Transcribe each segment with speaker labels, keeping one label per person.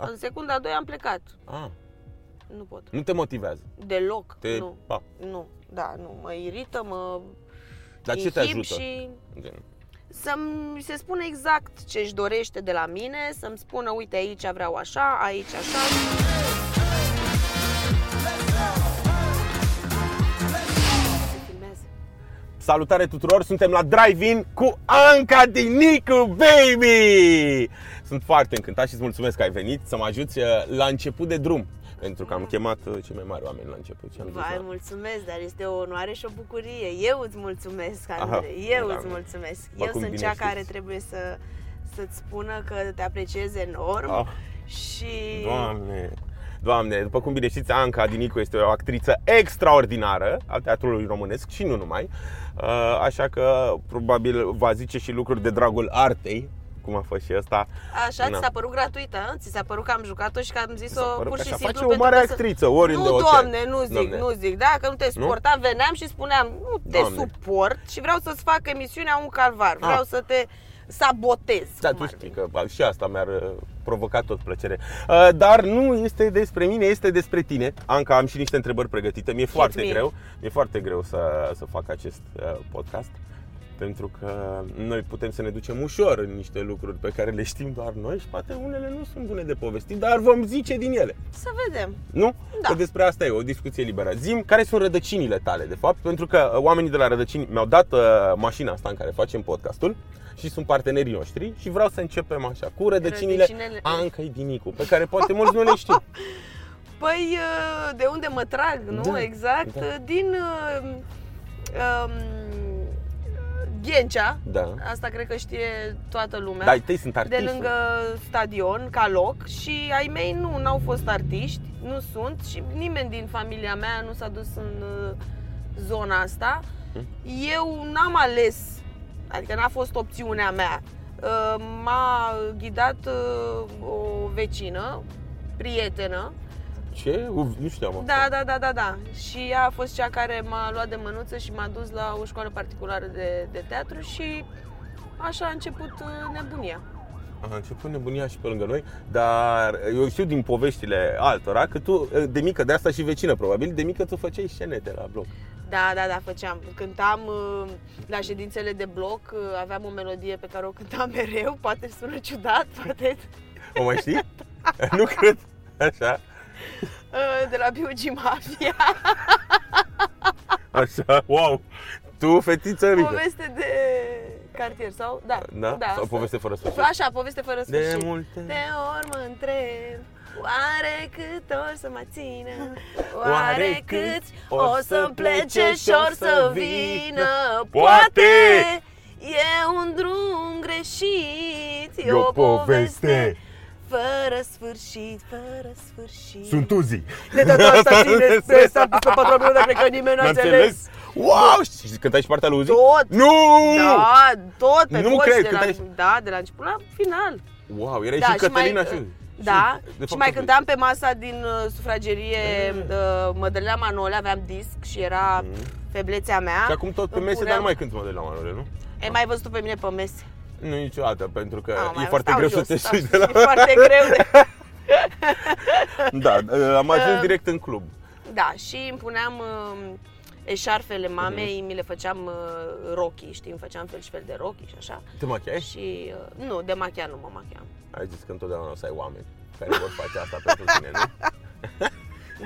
Speaker 1: Da.
Speaker 2: În secunda a doua am plecat.
Speaker 1: Ah,
Speaker 2: Nu pot.
Speaker 1: nu te motivează.
Speaker 2: Deloc.
Speaker 1: Te...
Speaker 2: Nu.
Speaker 1: Pa.
Speaker 2: Nu. Da, nu. Mă irită, mă
Speaker 1: Dar ce te
Speaker 2: inhib
Speaker 1: ajută?
Speaker 2: și
Speaker 1: Gen,
Speaker 2: să-mi se spune exact ce își dorește de la mine, să-mi spună, uite, aici vreau așa, aici așa. Se filmează.
Speaker 1: Salutare tuturor, suntem la Drive-In cu Anca din Nicu, baby! Sunt foarte încântat și îți mulțumesc că ai venit să mă ajuți uh, la început de drum. Pentru că am chemat uh, cei mai mari oameni la început și am zis,
Speaker 2: Vai,
Speaker 1: "Na,
Speaker 2: mulțumesc, dar este o onoare și o bucurie. Eu îți mulțumesc,
Speaker 1: Aha,
Speaker 2: Andrei. Eu
Speaker 1: da.
Speaker 2: îți mulțumesc.
Speaker 1: Bă,
Speaker 2: Eu
Speaker 1: cum
Speaker 2: sunt
Speaker 1: bine
Speaker 2: cea
Speaker 1: știți.
Speaker 2: care trebuie să să-ți spună că te apreciez enorm
Speaker 1: Ah.
Speaker 2: și
Speaker 1: Doamne, Doamne, după cum bine știți, Anca Dinicu este o actriță extraordinară a teatrului românesc și nu numai, Uh, așa că probabil va zice și lucruri de dragul artei, cum a fost și asta.
Speaker 2: așa
Speaker 1: Na.
Speaker 2: ți s-a părut gratuită, a? ți s-a părut că am jucat-o și că am zis-o pur și
Speaker 1: așa
Speaker 2: simplu
Speaker 1: face o
Speaker 2: pentru
Speaker 1: mare
Speaker 2: că să-
Speaker 1: actriță, oriunde
Speaker 2: nu,
Speaker 1: o cer.
Speaker 2: doamne, nu zic,
Speaker 1: Doamne.
Speaker 2: nu zic. Dacă nu te
Speaker 1: Nu?
Speaker 2: suportam, veneam și spuneam, nu te
Speaker 1: Doamne.
Speaker 2: suport și vreau să-ți fac emisiunea un calvar. Vreau
Speaker 1: Ah.
Speaker 2: să te sabotez.
Speaker 1: Da,
Speaker 2: cum
Speaker 1: tu
Speaker 2: ar
Speaker 1: știi
Speaker 2: veni.
Speaker 1: că și asta mi-ar uh, provoca tot plăcere. Uh, Dar nu este despre mine, este despre tine. Anca, am și niște întrebări pregătite. Mi-e foarte
Speaker 2: me.
Speaker 1: greu, mi-e foarte greu să, să fac acest uh, podcast. Pentru că noi putem să ne ducem ușor în niște lucruri pe care le știm doar noi și poate unele nu sunt bune de povestit, dar vom zice din ele.
Speaker 2: Să vedem.
Speaker 1: Nu?
Speaker 2: Da.
Speaker 1: Că despre asta e o discuție liberă. Zim, care sunt rădăcinile tale, de fapt? Pentru că uh, oamenii de la rădăcini mi-au dat uh, mașina asta în care facem podcastul și sunt partenerii noștri și vreau să începem așa, cu rădăcinile
Speaker 2: Rădăcinele-
Speaker 1: Ancăi Dinicu, pe care poate mulți nu le știu.
Speaker 2: Păi, uh, de unde mă trag, nu?
Speaker 1: Da,
Speaker 2: exact.
Speaker 1: da.
Speaker 2: Din uh, um, Ghencea,
Speaker 1: Da.
Speaker 2: asta cred că știe toată lumea,
Speaker 1: Dar ei sunt
Speaker 2: Da. de
Speaker 1: artiști.
Speaker 2: lângă stadion, ca loc. Și ai mei nu, n-au fost artiști, nu sunt și nimeni din familia mea nu s-a dus în uh, zona asta.
Speaker 1: Mhm.
Speaker 2: Eu n-am ales, adică n-a fost opțiunea mea. Uh, M-a ghidat uh, o vecină, prietenă,
Speaker 1: Ce? Uf, nu știam asta.
Speaker 2: da, da, da, da, da. Și ea a fost cea care m-a luat de mânuță și m-a dus la o școală particulară de, de teatru și așa a început uh, nebunia.
Speaker 1: A început nebunia și pe lângă noi, dar uh, eu știu din poveștile altora că tu, uh, de mică, de asta și vecină probabil, de mică tu făceai scene de la bloc.
Speaker 2: Da, da, da, făceam. Cântam uh, la ședințele de bloc, uh, aveam o melodie pe care o cântam mereu, poate sună ciudat, poate
Speaker 1: O mai știi? nu cred. Așa,
Speaker 2: uh, de la B.U.G. Mafia,
Speaker 1: așa, wow. Tu, fetiță mică.
Speaker 2: poveste de cartier sau? Da,
Speaker 1: Da?
Speaker 2: da
Speaker 1: Sau
Speaker 2: asta.
Speaker 1: poveste fără sfârșit?
Speaker 2: Așa, poveste fără sfârșit.
Speaker 1: De multe.
Speaker 2: De ori mă întreb Oare cât o să mă țină?
Speaker 1: Oare
Speaker 2: Oare cât o să plece și or să vină?
Speaker 1: Poate!
Speaker 2: Poate e un drum greșit
Speaker 1: E
Speaker 2: E
Speaker 1: o
Speaker 2: o poveste
Speaker 1: poveste.
Speaker 2: fără sfârșit, fără sfârșit
Speaker 1: uzi.
Speaker 2: De data asta ține spre s-a pus pe patru minute, cred că nimeni n-a
Speaker 1: N-am
Speaker 2: înțeles
Speaker 1: înțeles? Wow! Și cântai și partea lui Uzi?
Speaker 2: Tot!
Speaker 1: Nu!
Speaker 2: Da, tot pe
Speaker 1: Nu
Speaker 2: toți
Speaker 1: cred
Speaker 2: de
Speaker 1: că
Speaker 2: la,
Speaker 1: te-ai-
Speaker 2: Da, de la început la final
Speaker 1: Wow, erai
Speaker 2: Da,
Speaker 1: și Cătălina și...
Speaker 2: și mai,
Speaker 1: și-
Speaker 2: da,
Speaker 1: de
Speaker 2: și
Speaker 1: fapt,
Speaker 2: mai
Speaker 1: tu-
Speaker 2: cântam pe masa din uh, sufragerie
Speaker 1: Mm.
Speaker 2: uh, Mădălina Manole, aveam disc și era
Speaker 1: Mm.
Speaker 2: feblețea mea.
Speaker 1: Și acum tot pe
Speaker 2: Îmi
Speaker 1: mese, dar
Speaker 2: puneam-
Speaker 1: nu mai cânti Madeleine Manole, nu?
Speaker 2: Ai mai văzut pe mine pe mese?
Speaker 1: Nu niciodată, pentru că
Speaker 2: Am
Speaker 1: e
Speaker 2: Ah, mai-
Speaker 1: foarte
Speaker 2: stau
Speaker 1: greu
Speaker 2: jos,
Speaker 1: să te
Speaker 2: stau
Speaker 1: știi de la...
Speaker 2: jos, E foarte greu de...
Speaker 1: Da, am ajuns
Speaker 2: Uh,
Speaker 1: direct în club.
Speaker 2: Da, și îmi puneam uh, eșarfele mamei, mi le făceam uh, rochii, știi, îmi făceam fel și fel de rochii și așa.
Speaker 1: Te machiai?
Speaker 2: Și, uh, nu, de machia nu mă machiam.
Speaker 1: Ai zis că întotdeauna o să ai oameni care vor face asta pentru tine, nu?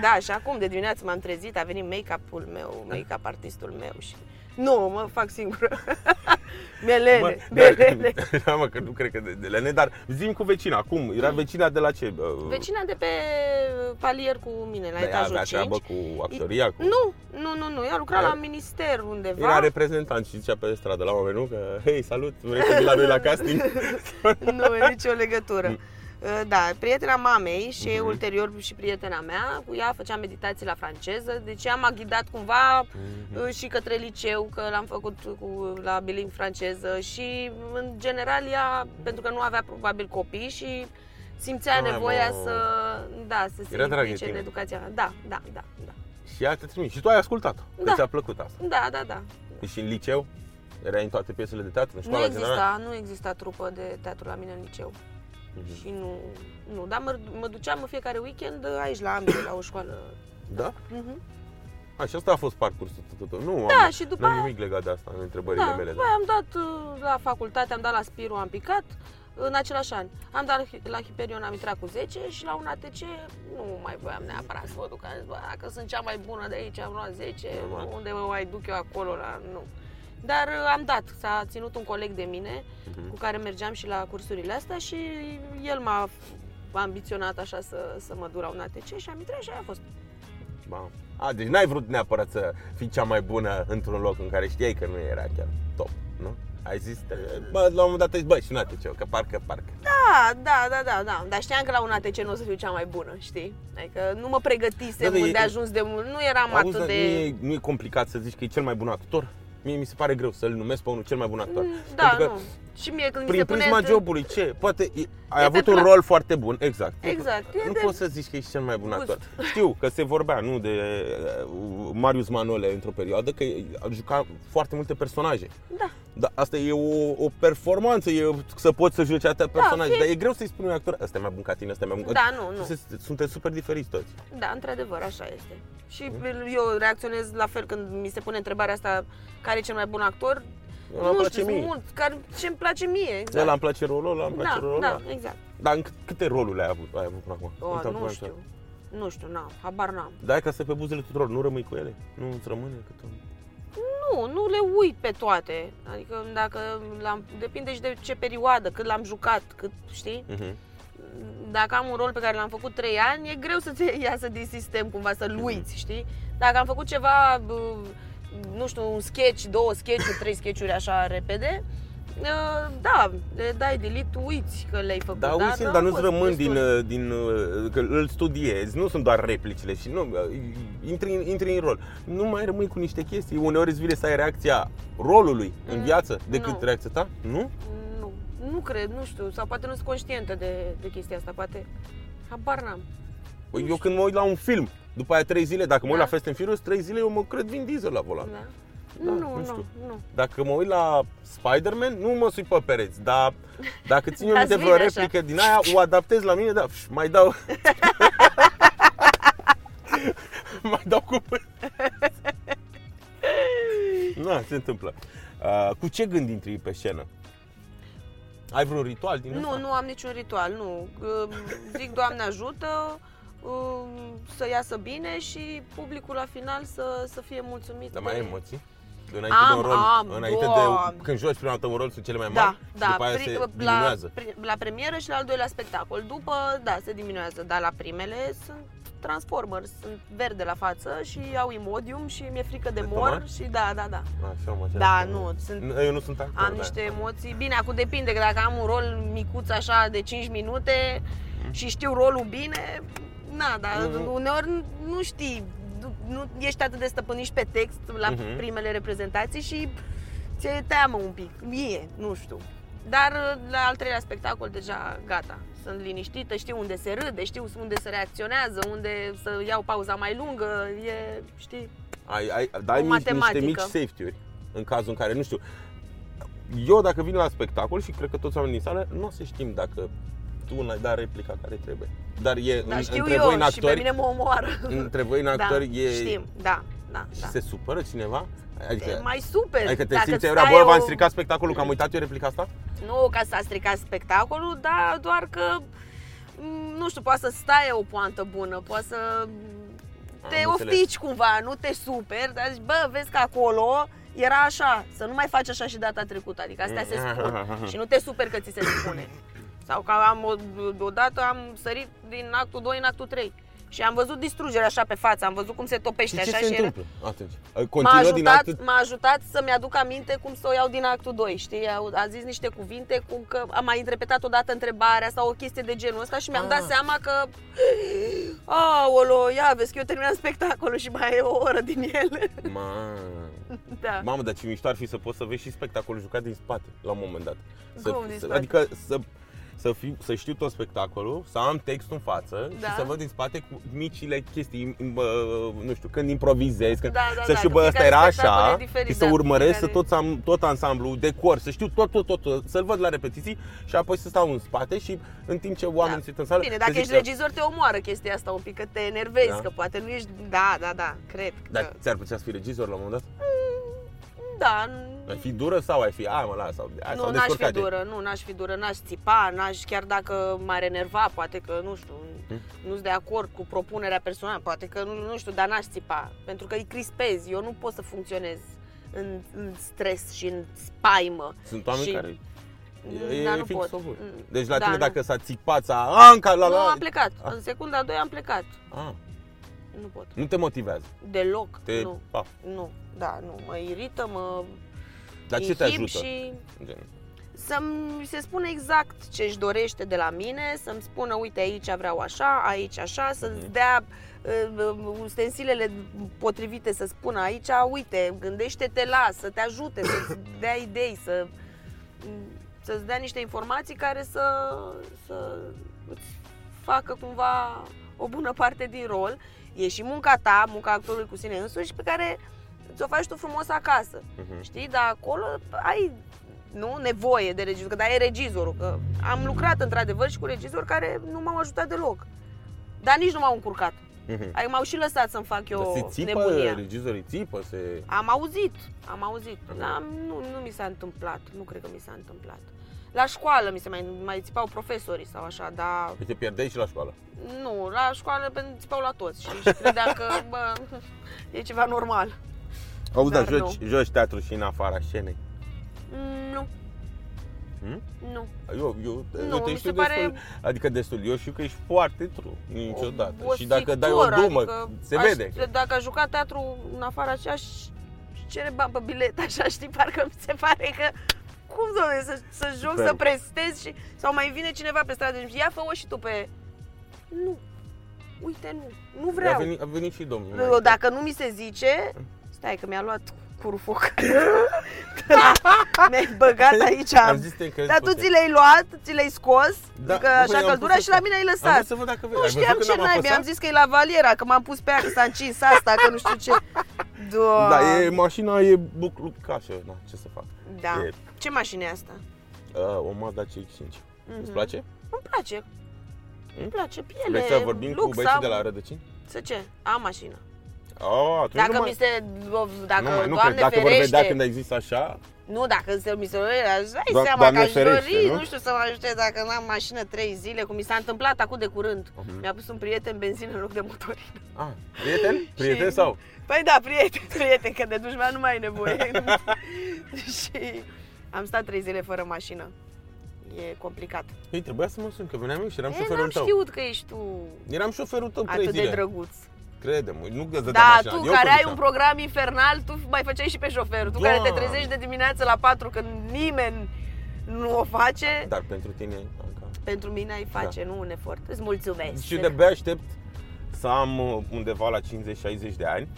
Speaker 2: Da, și acum de dimineață m-am trezit, a venit make-up-ul meu,
Speaker 1: Ah.
Speaker 2: make-up artistul meu și... Nu, mă fac singură.
Speaker 1: Mă,
Speaker 2: melene,
Speaker 1: dar-
Speaker 2: melene.
Speaker 1: Da, mă, că nu cred că de, de lene, dar zim cu vecina, cum? Era vecina de la ce? Uh,
Speaker 2: Vecina de pe palier cu mine, la
Speaker 1: Dar ea
Speaker 2: etajul
Speaker 1: avea
Speaker 2: 5.
Speaker 1: treabă cu actoria? Cu...
Speaker 2: Nu, nu, nu, nu, ea lucra
Speaker 1: Era-
Speaker 2: la minister undeva.
Speaker 1: Era reprezentant și zicea pe stradă la oameni, nu? Că, hei, salut, vrei să vii la noi la casting?
Speaker 2: Nu, deci e nicio legătură.
Speaker 1: Mm.
Speaker 2: Uh, Da, prietena mamei și
Speaker 1: Mhm.
Speaker 2: ulterior și prietena mea, cu ea făceam meditații la franceză, deci ea m-a ghidat cumva
Speaker 1: Mm-hmm.
Speaker 2: uh, și către liceu, că l-am făcut cu, la biling franceză și în general ea, pentru că nu avea probabil copii și simțea
Speaker 1: Mamă.
Speaker 2: nevoia să, da, să se
Speaker 1: Era dragă de
Speaker 2: implice în
Speaker 1: tine.
Speaker 2: educația mea. Da, da, da, da.
Speaker 1: și ea te trimite. Și tu ai ascultat, că
Speaker 2: Da.
Speaker 1: ți-a plăcut asta. Deci
Speaker 2: Da, da, da.
Speaker 1: Și în liceu? Erai în toate piesele de teatru, în
Speaker 2: Nu
Speaker 1: școala
Speaker 2: exista,
Speaker 1: generală? Mhm.
Speaker 2: nu exista trupă de teatru la mine în liceu. Și nu, nu, dar mă, mă duceam în fiecare weekend aici la Ambi, la o școală.
Speaker 1: Da?
Speaker 2: Mhm.
Speaker 1: A, și asta a fost parcursul tot, tot. Nu,
Speaker 2: Da,
Speaker 1: am,
Speaker 2: și după
Speaker 1: n-am
Speaker 2: aia-
Speaker 1: nimic legat de asta în întrebările
Speaker 2: Da,
Speaker 1: mele.
Speaker 2: după aia am dat uh, la facultate, am dat la Spiru, am picat în același an. Am dat la Hi- la Hyperion, am intrat cu 10 și la un ATC nu mai voiam neapărat să mă duc. Am zis, "Bă, dacă sunt cea mai bună de aici, am luat 10,
Speaker 1: Normal.
Speaker 2: unde mă mai duc eu acolo, la... nu. Dar uh, am dat, s-a ținut un coleg de mine
Speaker 1: Mhm.
Speaker 2: cu care mergeam și la cursurile astea și el m-a m-a ambiționat așa să, să mă duc la un ATC și am intrat și aia a fost.
Speaker 1: Ba. A, deci n-ai vrut neapărat să fii cea mai bună într-un loc în care știai că nu era chiar top, nu? Ai zis, bă, la un moment dat ai zis, bă, și nu te că parcă, parcă.
Speaker 2: Da, da, da, da, da. Dar știam că la un ATC nu o să fiu cea mai bună, știi? Adică nu mă pregătisem
Speaker 1: Da, da, e-
Speaker 2: de ajuns de mult, nu eram
Speaker 1: Auzi,
Speaker 2: atât
Speaker 1: dar
Speaker 2: de...
Speaker 1: nu, e, nu e complicat să zici că e cel mai bun actor? Mie mi se pare greu să-l numesc pe unul cel mai bun actor.
Speaker 2: Da,
Speaker 1: Pentru că
Speaker 2: nu. Și mie când mi
Speaker 1: Adică Prin
Speaker 2: se pune...
Speaker 1: prisma
Speaker 2: într-
Speaker 1: jobului, ce? Poate e- ai
Speaker 2: E
Speaker 1: avut
Speaker 2: de
Speaker 1: un
Speaker 2: cla-
Speaker 1: rol foarte bun, exact.
Speaker 2: Exact, e
Speaker 1: Nu
Speaker 2: de
Speaker 1: poți să zici că ești cel mai bun
Speaker 2: gust.
Speaker 1: actor. Știu că se vorbea, nu, de uh, Marius Manole într-o perioadă, că a jucat foarte multe personaje.
Speaker 2: Da.
Speaker 1: Da, asta e o, o performanță, e, să poți să joci atâtea personaje,
Speaker 2: Da, fie-
Speaker 1: dar e greu să-i spui unui actor, ăsta e mai bun ca tine, ăsta e mai bun ca
Speaker 2: Da, nu, nu.
Speaker 1: Se- Sunteți super diferiți toți.
Speaker 2: Da, într-adevăr, așa este. Și
Speaker 1: Da.
Speaker 2: eu reacționez la fel când mi se pune întrebarea asta, care e cel mai bun actor?
Speaker 1: Ăla îmi
Speaker 2: nu
Speaker 1: place
Speaker 2: știu, sunt
Speaker 1: mie.
Speaker 2: mult, care ce-mi place mie,
Speaker 1: Da.
Speaker 2: exact.
Speaker 1: Ăla îmi place rolul ăla, îmi place
Speaker 2: da,
Speaker 1: rolul
Speaker 2: da,
Speaker 1: ăla.
Speaker 2: exact.
Speaker 1: Dar în câ- câte roluri ai avut, ai avut până acum? În
Speaker 2: O,
Speaker 1: toată
Speaker 2: nu
Speaker 1: viața?
Speaker 2: știu. Nu știu, n-am, habar n-am.
Speaker 1: Dar ca să pe buzele tuturor, nu rămâi cu ele? Nu îți rămâne cât un...
Speaker 2: Nu, nu le uit pe toate. Adică dacă l-am, depinde și de ce perioadă, cât l-am jucat, cât, știi?
Speaker 1: Mhm.
Speaker 2: Dacă am un rol pe care l-am făcut 3 ani, e greu să te iasă din sistem cumva,
Speaker 1: Mhm.
Speaker 2: să-l uiți, știi? Dacă am făcut ceva, bă, nu știu, un sketch, două sketch trei sketch-uri așa repede, ă, da, le dai delete, uiți că le-ai făcut.
Speaker 1: Da, uite,
Speaker 2: n-au
Speaker 1: dar nu-ți
Speaker 2: fost
Speaker 1: rămân din,
Speaker 2: destul.
Speaker 1: uh, din, uh, că îl studiezi, nu sunt doar replicile și nu, uh, intri, în- intri în rol. Nu mai rămâi cu niște chestii, uneori îți vine să ai reacția rolului în
Speaker 2: Mm,
Speaker 1: viață decât
Speaker 2: nu.
Speaker 1: reacția ta, nu?
Speaker 2: Nu, nu cred, nu știu, sau poate nu sunt conștientă de, de chestia asta, poate habar n-am.
Speaker 1: Păi eu când mă uit la un film, după aia trei zile, dacă mă uit
Speaker 2: Da.
Speaker 1: la Fast and Furious, trei zile eu mă cred Vin Diesel la volan.
Speaker 2: Da.
Speaker 1: Da,
Speaker 2: Nu,
Speaker 1: nu
Speaker 2: nu,
Speaker 1: știu.
Speaker 2: nu, nu.
Speaker 1: Dacă mă uit la Spider-Man, nu mă sui pe pereți, dar dacă țin eu
Speaker 2: Da,
Speaker 1: minte
Speaker 2: îți
Speaker 1: vreo
Speaker 2: vine așa.
Speaker 1: replică din aia, o adaptez la mine, da, pș, mai dau... mai dau cu pâ- Na, se întâmplă. Uh, cu ce gând intri pe scenă? Ai vreun ritual din
Speaker 2: Nu,
Speaker 1: ăsta?
Speaker 2: nu am niciun ritual, nu. Că Zic, Doamne ajută, um, să iasă bine și publicul la final să, să fie mulțumit.
Speaker 1: Dar mai ai
Speaker 2: de-
Speaker 1: emoții? De Înainte de
Speaker 2: Am,
Speaker 1: un rol,
Speaker 2: am,
Speaker 1: înainte
Speaker 2: Doamne.
Speaker 1: de, când joci prima dată un rol sunt cele mai mari
Speaker 2: Da,
Speaker 1: și
Speaker 2: da,
Speaker 1: după aia
Speaker 2: pri-
Speaker 1: se
Speaker 2: la,
Speaker 1: diminuează.
Speaker 2: pri- la premieră și la al doilea spectacol. După, da, se diminuează, dar la primele sunt Transformers, sunt verde la față și au imodium și mi-e frică de
Speaker 1: De
Speaker 2: mor
Speaker 1: tomat?
Speaker 2: și da, da, da.
Speaker 1: Așa, mă, așa.
Speaker 2: Da, nu, sunt
Speaker 1: Nu, Eu nu sunt actor,
Speaker 2: Am
Speaker 1: da.
Speaker 2: niște emoții. Bine, acum depinde, că dacă am un rol micuț așa de 5 minute și știu rolul bine, na, dar
Speaker 1: Mhm.
Speaker 2: uneori nu știi, nu, nu ești atât de stăpâniști pe text la
Speaker 1: Mhm.
Speaker 2: primele reprezentații și ți-e teamă un pic, mie, nu știu. Dar la al treilea spectacol deja gata, sunt liniștită, știu unde se râde, știu unde se reacționează, unde să iau pauza mai lungă, e, știi,
Speaker 1: Ai, ai, dar ai
Speaker 2: O
Speaker 1: mici, niște
Speaker 2: matematică.
Speaker 1: mici safety-uri în cazul în care, nu știu, eu dacă vin la spectacol și cred că toți oamenii din sală, nu o să știm dacă tu n-ai dat replica care trebuie. Dar e
Speaker 2: dar
Speaker 1: în,
Speaker 2: Da, știu
Speaker 1: între,
Speaker 2: eu
Speaker 1: voi în
Speaker 2: și pe
Speaker 1: actori,
Speaker 2: mine mă omoară.
Speaker 1: între voi în
Speaker 2: da,
Speaker 1: actori e...
Speaker 2: știm, da, da,
Speaker 1: Și
Speaker 2: da.
Speaker 1: se supără cineva?
Speaker 2: Te
Speaker 1: Adică,
Speaker 2: mai super.
Speaker 1: adică te
Speaker 2: Dacă
Speaker 1: simți
Speaker 2: îți
Speaker 1: aiurea,
Speaker 2: dai
Speaker 1: bă,
Speaker 2: o-
Speaker 1: v-am stricat spectacolul, că am uitat eu replica asta?
Speaker 2: Nu ca s-a stricat spectacolul, dar doar că, m, nu știu, poate să stai o poantă bună, poate să
Speaker 1: Am
Speaker 2: te
Speaker 1: înțeles.
Speaker 2: oftici cumva, nu te superi, dar zici, bă, vezi că acolo era așa, să nu mai faci așa și data trecută, adică astea se spun și nu te superi că ți se spune. Sau că am o, odată am sărit din actul 2 în actul 3 și am văzut distrugerea așa pe față, am văzut cum se
Speaker 1: Și
Speaker 2: topește
Speaker 1: ce
Speaker 2: așa
Speaker 1: se
Speaker 2: și era-
Speaker 1: întâmplă atunci?
Speaker 2: M-a
Speaker 1: Continuă din
Speaker 2: ajutat,
Speaker 1: atât...
Speaker 2: m-a ajutat să-mi aduc aminte cum să o iau din actul 2, știi? A, a zis niște cuvinte, cum că am mai interpretat odată întrebarea sau o chestie de genul ăsta și mi-am
Speaker 1: Ah.
Speaker 2: dat seama că... Aolo, ia vezi că eu terminam spectacolul și mai e o oră din el.
Speaker 1: Ma...
Speaker 2: da.
Speaker 1: Mamă, dar ce mișto ar fi să poți să vezi și spectacolul jucat din spate, la un moment dat. Să,
Speaker 2: Cum din
Speaker 1: să,
Speaker 2: spate?
Speaker 1: adică să să, fiu, să știu tot spectacolul, să am textul în față
Speaker 2: Da.
Speaker 1: și să văd din spate cu micile chestii, im- im- bă, nu știu, când improvizez, când,
Speaker 2: Da, da,
Speaker 1: să
Speaker 2: da,
Speaker 1: știu,
Speaker 2: că
Speaker 1: bă, ăsta
Speaker 2: fiecare
Speaker 1: era
Speaker 2: spectacol
Speaker 1: așa
Speaker 2: e diferit,
Speaker 1: și să
Speaker 2: da,
Speaker 1: urmăresc
Speaker 2: fiecare-
Speaker 1: tot, am, tot ansamblu, decor, să știu tot, tot, tot, tot, să-l văd la repetiții și apoi să stau în spate și în timp ce oamenii se uită în sală,
Speaker 2: Da. Bine,
Speaker 1: să
Speaker 2: dacă
Speaker 1: zic
Speaker 2: ești
Speaker 1: că-
Speaker 2: regizor te omoară chestia asta un pic, că te enervezi,
Speaker 1: Da.
Speaker 2: că poate nu ești... Da, da, da, cred
Speaker 1: Dar
Speaker 2: că...
Speaker 1: ți-ar putea să fii regizor la un moment dat?
Speaker 2: Da,
Speaker 1: Ai fi dură sau ai fi, ai mă, las, sau, hai,
Speaker 2: nu,
Speaker 1: sau
Speaker 2: n-aș fi
Speaker 1: descurcate.
Speaker 2: dură, nu, n-aș fi dură, n-aș țipa, n-aș, chiar dacă m-ar enerva, poate că, nu știu,
Speaker 1: Hm?
Speaker 2: nu-s de acord cu propunerea personală, poate că, nu, nu știu, dar n-aș țipa, pentru că îi crispezi, eu nu pot să funcționez în, în stres și în spaimă.
Speaker 1: Sunt oameni
Speaker 2: și...
Speaker 1: care... E,
Speaker 2: Da,
Speaker 1: e
Speaker 2: nu
Speaker 1: fix
Speaker 2: pot.
Speaker 1: opus.
Speaker 2: Mm,
Speaker 1: Deci la
Speaker 2: da,
Speaker 1: tine
Speaker 2: nu.
Speaker 1: dacă s-a țipat, s-a anca la
Speaker 2: Nu,
Speaker 1: la...
Speaker 2: am plecat,
Speaker 1: Ah.
Speaker 2: în secunda a doua am plecat,
Speaker 1: Ah,
Speaker 2: nu pot,
Speaker 1: nu te motivează.
Speaker 2: deloc,
Speaker 1: Te...
Speaker 2: nu,
Speaker 1: Pa.
Speaker 2: nu, da, nu, mă irită, mă
Speaker 1: Dar ce te
Speaker 2: inhib
Speaker 1: ajută?
Speaker 2: și
Speaker 1: Gen,
Speaker 2: să-mi se spune exact ce își dorește de la mine, să-mi spună, uite, aici vreau așa, aici așa, să-ți
Speaker 1: Mhm.
Speaker 2: dea uh, ustensilele potrivite să spună aici, uite, gândește-te la, să te ajute, să-ți dea idei, să, să-ți dea niște informații care să, să îți facă cumva o bună parte din rol. E și munca ta, munca actorului cu sine însuși, pe care ți-o faci tu frumos acasă.
Speaker 1: mhm.
Speaker 2: Știi, dar acolo ai nu, nevoie de regizor, că da, e regizorul. Că am lucrat într-adevăr și cu regizori care nu m-au ajutat deloc. Dar nici nu m-au încurcat.
Speaker 1: Mhm.
Speaker 2: Adică m-au și lăsat să-mi fac
Speaker 1: Dar
Speaker 2: eu
Speaker 1: se țipă,
Speaker 2: nebunia.
Speaker 1: regizorii țipă, se...
Speaker 2: Am auzit, am auzit.
Speaker 1: Aha.
Speaker 2: N-am, nu, nu mi s-a întâmplat, nu cred că mi s-a întâmplat. La școală mi se mai, mai țipau profesorii sau așa, dar
Speaker 1: Păi te pierdeai și la școală.
Speaker 2: nu, la școală pentru țipau la toți și, și credeam că bă, e ceva normal.
Speaker 1: Auzi, dar
Speaker 2: Dar
Speaker 1: joci, joci teatru și în afara scenei.
Speaker 2: Mm, Nu,
Speaker 1: Hm?
Speaker 2: nu.
Speaker 1: Eu, eu,
Speaker 2: Nu,
Speaker 1: eu te
Speaker 2: mi
Speaker 1: știu
Speaker 2: se pare-
Speaker 1: destul, adică destul, eu știu că ești foarte tru, niciodată.
Speaker 2: o
Speaker 1: și dacă dai o
Speaker 2: sictură,
Speaker 1: dumă,
Speaker 2: adică
Speaker 1: se
Speaker 2: aș,
Speaker 1: vede.
Speaker 2: Dacă a jucat teatru în afara aceea, aș cere bani pe bilet, așa, știi, parcă mi se pare că cum, doamne, să, să joc,
Speaker 1: Super.
Speaker 2: să prestez și... Sau mai vine cineva pe stradă și zice, ia fă și tu pe... Nu. Uite, nu. Nu
Speaker 1: A
Speaker 2: vreau.
Speaker 1: venit, a venit și domnul.
Speaker 2: Eu, dacă nu mi se zice... Stai că mi-a luat curul foc. Mi-ai băgat aici.
Speaker 1: am zis te încrezi
Speaker 2: da, Dar
Speaker 1: pe
Speaker 2: tu
Speaker 1: tine.
Speaker 2: ți le-ai luat, ți le-ai scos,
Speaker 1: Da,
Speaker 2: adică
Speaker 1: băi,
Speaker 2: așa
Speaker 1: am
Speaker 2: căldura
Speaker 1: pus-o
Speaker 2: și la
Speaker 1: pe-
Speaker 2: mine ai
Speaker 1: Am
Speaker 2: lăsat.
Speaker 1: vrut să văd dacă vezi.
Speaker 2: Nu
Speaker 1: Ai văzut
Speaker 2: știam
Speaker 1: când
Speaker 2: ce
Speaker 1: am
Speaker 2: naibii, am
Speaker 1: apăsat?
Speaker 2: zis că e la valiera, că m-am pus pe aia, că s-a încins asta, că nu știu ce. Doamne.
Speaker 1: Da, e, mașina e buclucașă, na, ce să fac.
Speaker 2: da.
Speaker 1: e-
Speaker 2: Ce mașină e asta?
Speaker 1: Uh, o Mazda CX-5.
Speaker 2: Mhm.
Speaker 1: Îți place? Hm?
Speaker 2: Îmi place. Îmi place piele,
Speaker 1: Vrei să vorbim
Speaker 2: lux,
Speaker 1: cu băieții
Speaker 2: am-
Speaker 1: de la Rădăcini?
Speaker 2: Să ce? Am mașină.
Speaker 1: Oh, atunci
Speaker 2: Dacă
Speaker 1: nu mai...
Speaker 2: mi se... Dacă,
Speaker 1: nu, mai, nu
Speaker 2: doamne
Speaker 1: cred, dacă vor
Speaker 2: ferește,
Speaker 1: vedea când ai zis așa,
Speaker 2: Nu, dacă se, mi se îți dai
Speaker 1: Do-
Speaker 2: seama
Speaker 1: Doamne
Speaker 2: că aș
Speaker 1: ferește,
Speaker 2: dori,
Speaker 1: nu?
Speaker 2: nu? știu să mă ajute dacă n-am mașină 3 zile, cum mi s-a întâmplat acum de curând.
Speaker 1: Mhm.
Speaker 2: Mi-a pus un prieten benzină în loc de motorină.
Speaker 1: a, Ah, prieten? Prieten sau?
Speaker 2: Păi da, prieten, prieten, că de dușman nu mai ai nevoie. și am stat trei zile fără mașină. E complicat.
Speaker 1: Ei, trebuia să mă sun, că veneam eu și eram
Speaker 2: E,
Speaker 1: șoferul
Speaker 2: n-am
Speaker 1: tău.
Speaker 2: știut că ești tu
Speaker 1: Eram șoferul tău trei
Speaker 2: atât de
Speaker 1: zile.
Speaker 2: drăguț.
Speaker 1: Crede-mă, nu că îți
Speaker 2: Da,
Speaker 1: mașina.
Speaker 2: tu
Speaker 1: eu
Speaker 2: care ai un
Speaker 1: conduceam.
Speaker 2: program infernal, tu mai făceai și pe șoferul. Tu care te
Speaker 1: Doamne!
Speaker 2: trezești de dimineață la 4 când nimeni nu o face,
Speaker 1: Dar pentru tine, Anca.
Speaker 2: pentru mine ai face, nu un efort. Îți mulțumesc.
Speaker 1: Da. Și de bea aștept să am uh, undeva la 50-60 de ani.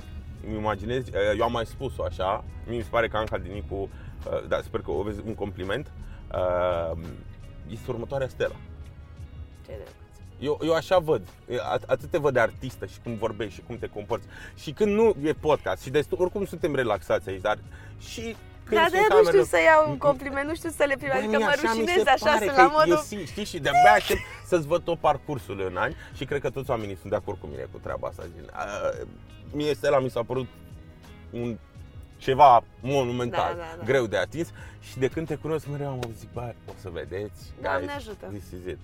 Speaker 1: Îmi imaginez, uh, eu am mai spus-o așa, mi se pare că Anca Dinicu, uh, da, sper că o vezi un compliment, uh, este următoarea stela.
Speaker 2: Ce drăguț.
Speaker 1: Eu, eu așa văd, At- atât te văd de artistă și cum vorbești și cum te comporți Și când nu e podcast și destul, oricum suntem relaxați aici, dar și când
Speaker 2: Da,
Speaker 1: sunt
Speaker 2: dar eu nu
Speaker 1: cameră-
Speaker 2: știu să iau un compliment, nu știu să le primesc, adică
Speaker 1: Băi,
Speaker 2: mă
Speaker 1: așa mi se
Speaker 2: rușinez așa,
Speaker 1: pare
Speaker 2: sunt
Speaker 1: că
Speaker 2: la
Speaker 1: e-
Speaker 2: modul...
Speaker 1: e si- Știi, și de-abia aștept să-ți văd tot parcursul în ani și cred că toți oamenii sunt de acord cu mine cu treaba asta. Gen, a, mie Stella mi s-a părut un ceva monumental,
Speaker 2: Da, da, da.
Speaker 1: greu de atins și de când te cunosc mereu am auzit, bă, o să vedeți,
Speaker 2: Doamne
Speaker 1: guys,
Speaker 2: ajută."
Speaker 1: this is it.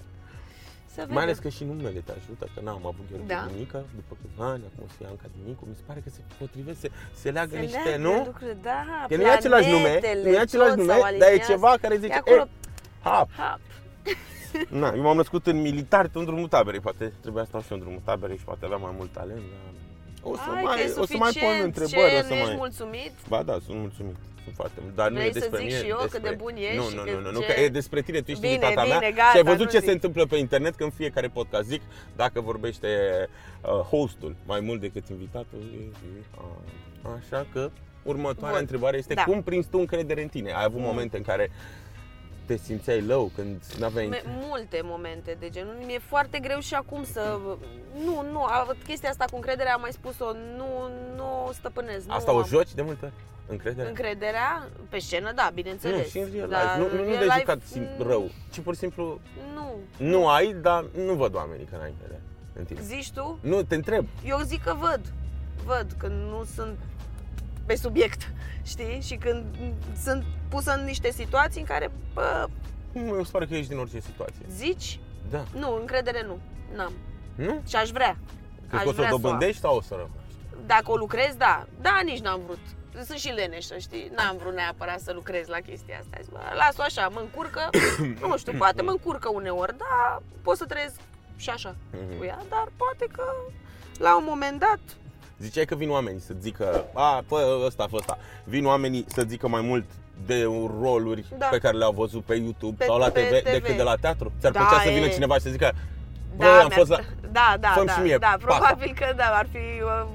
Speaker 2: Să vedem.
Speaker 1: Mai ales că și numele te ajută, că n-am avut eu
Speaker 2: Da.
Speaker 1: da. Dinica, după câțiva ani, acum o să iau Anca Dinicu, mi se pare că se potrivesc, se, se leagă
Speaker 2: Se
Speaker 1: niște,
Speaker 2: leagă
Speaker 1: nu?
Speaker 2: Lucruri, da,
Speaker 1: Că nu e același nume,
Speaker 2: planetele,
Speaker 1: nu e același
Speaker 2: tot
Speaker 1: nume,
Speaker 2: s-au
Speaker 1: dar e
Speaker 2: aliniat.
Speaker 1: ceva care
Speaker 2: E
Speaker 1: zice,
Speaker 2: acolo,
Speaker 1: e, hap,
Speaker 2: hap.
Speaker 1: Na, eu m-am născut în militar pe un drumul taberei, poate trebuia să stau și eu în drumul taberei și poate aveam mai mult talent, dar... O să,
Speaker 2: Hai, că e
Speaker 1: mai, o să mai pun
Speaker 2: suficient,
Speaker 1: întrebări,
Speaker 2: ce,
Speaker 1: o să
Speaker 2: nu
Speaker 1: mai...
Speaker 2: ești mulțumit?
Speaker 1: Ba da, sunt mulțumit, sunt foarte mult, dar nu
Speaker 2: Vrei
Speaker 1: e
Speaker 2: să
Speaker 1: despre
Speaker 2: zic
Speaker 1: mine,
Speaker 2: și eu cât
Speaker 1: despre...
Speaker 2: de bun ești
Speaker 1: Nu,
Speaker 2: și
Speaker 1: nu,
Speaker 2: cât
Speaker 1: nu, nu, nu,
Speaker 2: ce-
Speaker 1: că e despre tine, tu ești din
Speaker 2: Bine,
Speaker 1: tata mea
Speaker 2: bine,
Speaker 1: și ai
Speaker 2: gata,
Speaker 1: văzut
Speaker 2: nu
Speaker 1: ce se
Speaker 2: zic.
Speaker 1: întâmplă pe internet când fiecare podcast zic, dacă vorbește uh, hostul mai mult decât invitatul, e, e, a, așa că următoarea
Speaker 2: Bun.
Speaker 1: întrebare este
Speaker 2: Da. Mm.
Speaker 1: cum prinzi tu încredere în tine? Ai avut momente în care te simțeai low când n-aveai...
Speaker 2: Me- multe momente de genul. Mi-e foarte greu și acum să... Nu, nu, a- chestia asta cu încrederea am mai spus-o, nu, nu o stăpânesc.
Speaker 1: Asta
Speaker 2: nu
Speaker 1: o
Speaker 2: am.
Speaker 1: joci de multe ori? Încredere?
Speaker 2: Încrederea pe scenă, da,
Speaker 1: Nu,
Speaker 2: bineînțeles.
Speaker 1: și în real
Speaker 2: Dar
Speaker 1: life. Nu, nu, nu
Speaker 2: real
Speaker 1: de
Speaker 2: life,
Speaker 1: jucat sim-
Speaker 2: mm,
Speaker 1: rău, ci pur și simplu
Speaker 2: Nu.
Speaker 1: nu ai, dar nu văd oamenii că n-ai încredere în tine.
Speaker 2: Zici tu?
Speaker 1: Nu, te întreb.
Speaker 2: Eu zic că văd. Văd că nu sunt pe subiect, știi? Și când sunt pusă în niște situații în care, bă,
Speaker 1: Nu, îmi pare că ești din orice situație.
Speaker 2: zici,
Speaker 1: Da.
Speaker 2: nu, încredere nu, n-am.
Speaker 1: Nu?
Speaker 2: Și aș vrea.
Speaker 1: Crezi
Speaker 2: Aș
Speaker 1: că o să
Speaker 2: vrea
Speaker 1: o
Speaker 2: să o am.
Speaker 1: dobândești sau o să rămânești?
Speaker 2: Dacă o lucrez, da. Da, nici n-am vrut. Sunt și leneș, să știi. N-am vrut neapărat să lucrez la chestia asta. Zic, bă, las-o așa, mă încurcă. nu știu, poate mă încurcă uneori, dar pot să trăiesc și așa
Speaker 1: Mhm.
Speaker 2: cu ea. Dar poate că la un moment dat...
Speaker 1: Ziceai că vin oamenii să zică, a, fă ăsta, fă ăsta. Vin oamenii să zică mai mult de roluri
Speaker 2: Da.
Speaker 1: pe care le-au văzut pe YouTube
Speaker 2: Pe-
Speaker 1: sau la TV,
Speaker 2: pe TV.
Speaker 1: decât de la teatru. Ți-ar
Speaker 2: Da,
Speaker 1: plăcea să vină
Speaker 2: e.
Speaker 1: cineva și să zică, bă,
Speaker 2: da,
Speaker 1: am
Speaker 2: mi-ar-
Speaker 1: fost la...
Speaker 2: da, da,
Speaker 1: Fă-mi
Speaker 2: da,
Speaker 1: și mie
Speaker 2: da,
Speaker 1: pasta.
Speaker 2: probabil că da, ar fi um,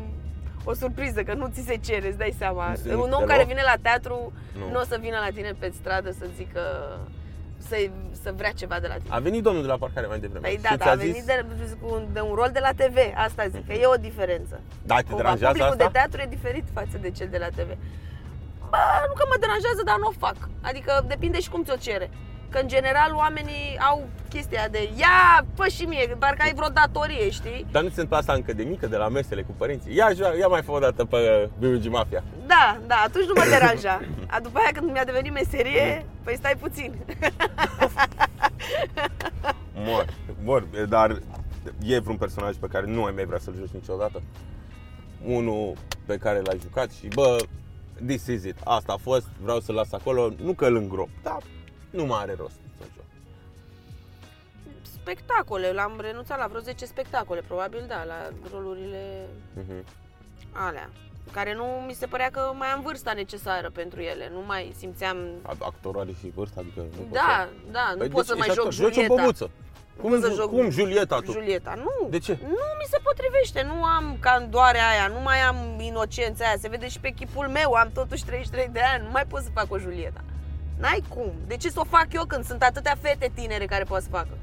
Speaker 2: o surpriză, că nu ți se cere, îți dai seama.
Speaker 1: Nu se
Speaker 2: Un om
Speaker 1: deloc.
Speaker 2: care vine la teatru
Speaker 1: Nu.
Speaker 2: nu o să vină la tine pe stradă să zică să, să vrea ceva de la tine.
Speaker 1: A venit domnul de la parcare mai devreme
Speaker 2: Păi
Speaker 1: și
Speaker 2: da,
Speaker 1: ți-a
Speaker 2: dar a
Speaker 1: zis,
Speaker 2: venit de, cu un- de un rol de la TV, asta zic, că e o diferență.
Speaker 1: da, te
Speaker 2: Cumva,
Speaker 1: deranjează
Speaker 2: publicul
Speaker 1: asta?
Speaker 2: de teatru e diferit față de cel de la TV. Bă, nu că mă deranjează, dar nu o fac. Adică depinde și cum ți-o cere. Că în general oamenii au chestia de ia, fă și mie, parcă ai vreo datorie, știi?
Speaker 1: Dar nu se întâmplă asta încă de mică, de la mesele cu părinții? Ia, jo- ia mai fă o dată pe BMG Mafia.
Speaker 2: Da, da, atunci nu mă deranja. A, după aia când mi-a devenit meserie, păi stai puțin.
Speaker 1: Mor, mor, dar e vreun personaj pe care nu ai mai vrea să-l joci niciodată? Unul pe care l-ai jucat și bă, this is it, asta a fost, vreau să-l las acolo, nu că îl îngrop, dar nu mai are rost să-l joc.
Speaker 2: Spectacole, l-am renunțat la vreo 10 spectacole, probabil, da, la rolurile
Speaker 1: Mhm.
Speaker 2: alea care nu mi se părea că mai am vârsta necesară pentru ele, nu mai simțeam...
Speaker 1: A- Actorul are și vârstă, adică nu poți
Speaker 2: da,
Speaker 1: să...
Speaker 2: da, nu
Speaker 1: Păi
Speaker 2: pot
Speaker 1: deci
Speaker 2: să mai
Speaker 1: ești
Speaker 2: joc
Speaker 1: actor, joci o
Speaker 2: Julieta.
Speaker 1: băbuță. Cum,
Speaker 2: să
Speaker 1: ju-
Speaker 2: joc
Speaker 1: cum Julieta tu?
Speaker 2: Julieta, nu.
Speaker 1: De ce?
Speaker 2: Nu mi se potrivește, nu am candoarea aia, nu mai am inocența aia, se vede și pe chipul meu, am totuși 33 de ani, nu mai pot să fac o Julieta. N-ai cum. De ce să o fac eu când sunt atâtea fete tinere care pot să facă?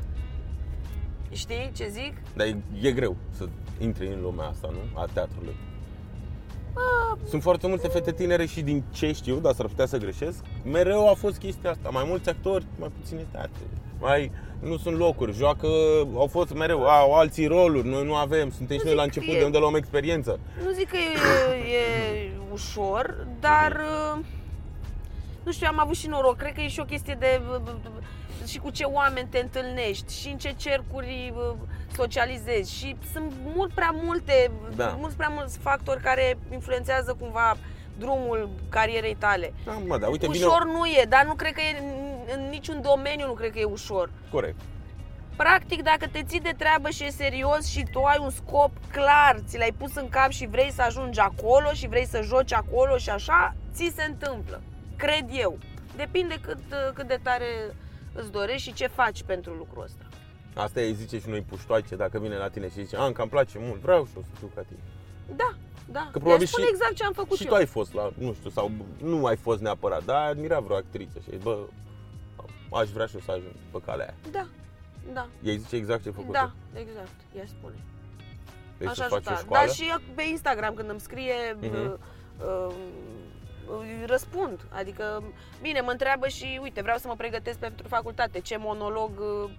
Speaker 2: Știi ce zic?
Speaker 1: Dar e, e greu să intri în lumea asta, nu? A teatrului. Sunt foarte multe fete tinere și din ce știu, dar s-ar putea să greșesc, mereu a fost chestia asta. Mai mulți actori, mai puține teatre. Mai nu sunt locuri, joacă, au fost mereu, au alții roluri, noi nu avem, suntem și
Speaker 2: Nu
Speaker 1: noi la
Speaker 2: zic că
Speaker 1: început,
Speaker 2: e-
Speaker 1: de unde luăm experiență.
Speaker 2: Nu zic că e, e ușor, dar uh, nu știu, am avut și noroc. Cred că e și o chestie de uh, și cu ce oameni te întâlnești și în ce cercuri uh, socializezi și sunt mult prea multe,
Speaker 1: Da.
Speaker 2: mult prea mulți factori care influențează cumva drumul carierei tale.
Speaker 1: Da, mă, dar uite, vine...
Speaker 2: ușor nu e, dar nu cred că e în- în niciun domeniu nu cred că e ușor.
Speaker 1: Corect.
Speaker 2: Practic, dacă te ții de treabă și e serios și tu ai un scop clar, ți l-ai pus în cap și vrei să ajungi acolo și vrei să joci acolo și așa, ți se întâmplă. Cred eu. Depinde cât, cât de tare îți dorești și ce faci pentru lucrul ăsta.
Speaker 1: Asta îi zice și noi puștoace, dacă vine la tine și zice, Anca, îmi place mult, vreau și o să fiu ca tine.
Speaker 2: Da, da.
Speaker 1: Că probabil
Speaker 2: Deci spune
Speaker 1: și-
Speaker 2: exact ce am făcut
Speaker 1: și
Speaker 2: eu.
Speaker 1: tu ai fost la, nu știu, sau nu ai fost neapărat, dar admira vreo actriță și ai zis, bă, aș vrea și eu să ajung pe calea aia.
Speaker 2: Da, da,
Speaker 1: Ei zice exact ce ai făcut.
Speaker 2: da,
Speaker 1: tu.
Speaker 2: exact. Ea spune.
Speaker 1: Deci
Speaker 2: Aș
Speaker 1: să faci o
Speaker 2: ajuta.
Speaker 1: școală.
Speaker 2: Dar și eu pe Instagram când îmi scrie
Speaker 1: Mhm.
Speaker 2: uh, uh, îi răspund. Adică bine, mă întreabă și uite, vreau să mă pregătesc pentru facultate, ce monolog uh,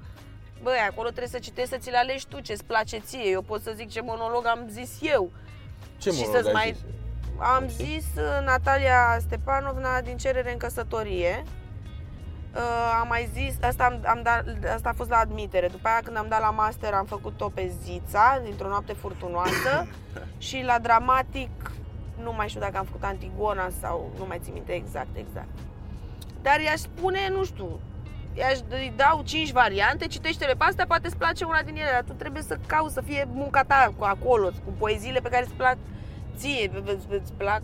Speaker 2: Băi, acolo trebuie să citești, să ți-l alegi tu, ce-ți place ție. Eu pot să zic ce monolog am zis eu.
Speaker 1: ce
Speaker 2: și
Speaker 1: monolog
Speaker 2: să-ți
Speaker 1: ai
Speaker 2: mai-
Speaker 1: zis?
Speaker 2: Am
Speaker 1: Ok.
Speaker 2: zis uh, Natalia Stepanovna din cerere în căsătorie. Uh, am mai zis, asta, am, am dat, asta a fost la admitere. După aia când am dat la master am făcut-o pe Zița, dintr-o noapte furtunoasă. și la dramatic, nu mai știu dacă am făcut Antigona sau nu mai țin minte exact, exact. Dar i-aș spune, nu știu, i-aș îi dau 5 variante, citește-le pe astea, poate îți place una din ele, dar tu trebuie să cauți să fie munca ta cu acolo, cu poeziile pe care îți plac ție, î- î- îți plac,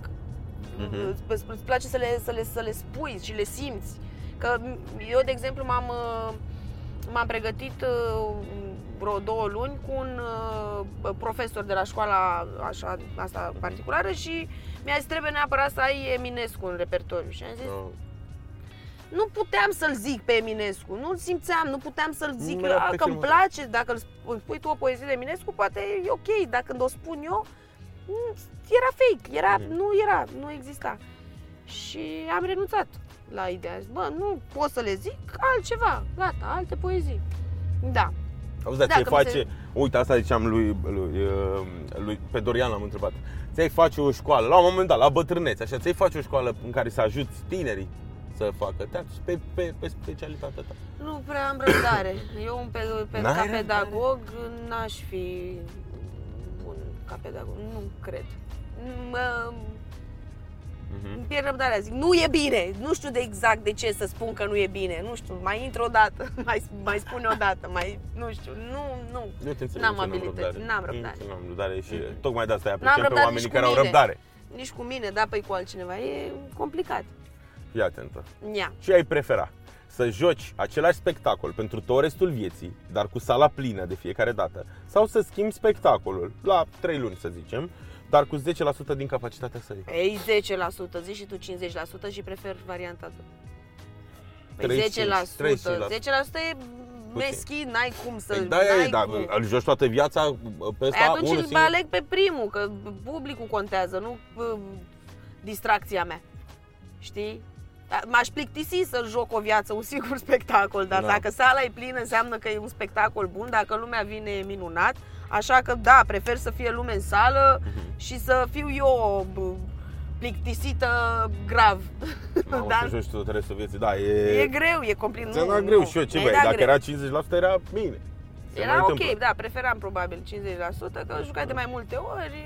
Speaker 1: Mhm.
Speaker 2: îți- îți, îți place să le, să, le, să le spui și le simți. Că eu, de exemplu, m-am, uh, m-am pregătit uh, vreo două luni cu un uh, profesor de la școala așa, asta
Speaker 1: Ah,
Speaker 2: particulară și mi-a zis trebuie neapărat să ai Eminescu în repertoriu. Și am zis,
Speaker 1: No.
Speaker 2: nu puteam să-l zic pe Eminescu, nu-l simțeam, nu puteam să-l zic.
Speaker 1: Nu era
Speaker 2: Eu,
Speaker 1: pe
Speaker 2: Dacă îmi
Speaker 1: filmul.
Speaker 2: place, dacă îl sp- îmi pui tu o poezie de Eminescu, poate e ok, dar când o spun eu, nu, era fake, era,
Speaker 1: Mhm.
Speaker 2: nu era, nu exista. Și am renunțat la ideea. Zis, Bă, nu pot să le zic altceva, gata, alte poezii. Da.
Speaker 1: Auzi, dar
Speaker 2: Da,
Speaker 1: ți-ai
Speaker 2: că mi se-
Speaker 1: face... Uite, asta ziceam lui, lui, uh, lui pe Dorian l-am întrebat. Ți-ai face o școală, la un moment dat, la bătrâneți, așa, ți-ai face o școală în care să ajuți tinerii să facă teatru pe, pe, pe specialitatea ta.
Speaker 2: Nu prea am răbdare. Eu un pe, pe,
Speaker 1: N-ai
Speaker 2: ca
Speaker 1: răbdare?
Speaker 2: pedagog n-aș fi bun ca pedagog. Nu cred. Mă,
Speaker 1: Mhm.
Speaker 2: îmi pierd răbdarea, zic, nu e bine, nu știu de exact de ce să spun că nu e bine, nu știu, mai intru o dată, mai, mai spune o dată, mai, nu știu, nu, nu.
Speaker 1: Eu te înțeleg,
Speaker 2: N-am
Speaker 1: nici eu
Speaker 2: abilități, n-am răbdare.
Speaker 1: Nici eu N-am răbdare și tocmai de asta îi
Speaker 2: N-am
Speaker 1: apreciem pe
Speaker 2: răbdare
Speaker 1: oamenii
Speaker 2: nici
Speaker 1: care
Speaker 2: cu
Speaker 1: au
Speaker 2: mine.
Speaker 1: răbdare.
Speaker 2: Nici cu mine, da, pe cu altcineva, e complicat.
Speaker 1: Fii atentă.
Speaker 2: Ia.
Speaker 1: Ce ai prefera? Să joci același spectacol pentru tot restul vieții, dar cu sala plină de fiecare dată, sau să schimbi spectacolul la 3 luni, să zicem, dar cu 10% din capacitatea sării.
Speaker 2: Ei, 10%, zici și tu 50% și prefer varianta ta. Păi
Speaker 1: 35,
Speaker 2: 10%,
Speaker 1: 30%.
Speaker 2: 10% e meschin, n-ai cum să...
Speaker 1: Păi da, e,
Speaker 2: n-ai
Speaker 1: da,
Speaker 2: cum.
Speaker 1: îl joci toată viața uh, pe
Speaker 2: Păi
Speaker 1: ăsta,
Speaker 2: atunci
Speaker 1: unul
Speaker 2: îl
Speaker 1: singur.
Speaker 2: aleg pe primul, că publicul contează, nu uh, distracția mea. Știi? Da, M-aș plictisi să joc o viață, un singur spectacol, dar
Speaker 1: Da.
Speaker 2: dacă sala e plină înseamnă că e un spectacol bun, dacă lumea vine e minunat, așa că da, prefer să fie lume în sală
Speaker 1: Mhm.
Speaker 2: și să fiu eu bă, plictisită grav.
Speaker 1: Mamă,
Speaker 2: Da.
Speaker 1: să joci tot restul vieții, da, e...
Speaker 2: E greu, e complicat.
Speaker 1: Ți-a
Speaker 2: Nu,
Speaker 1: dat
Speaker 2: nu,
Speaker 1: greu și eu ce
Speaker 2: mi-ai
Speaker 1: băi,
Speaker 2: dat
Speaker 1: dacă
Speaker 2: greu.
Speaker 1: era 50% era bine. Se mai
Speaker 2: Era
Speaker 1: întâmplă.
Speaker 2: ok, da, preferam probabil 50%, că jucai de mai multe ori,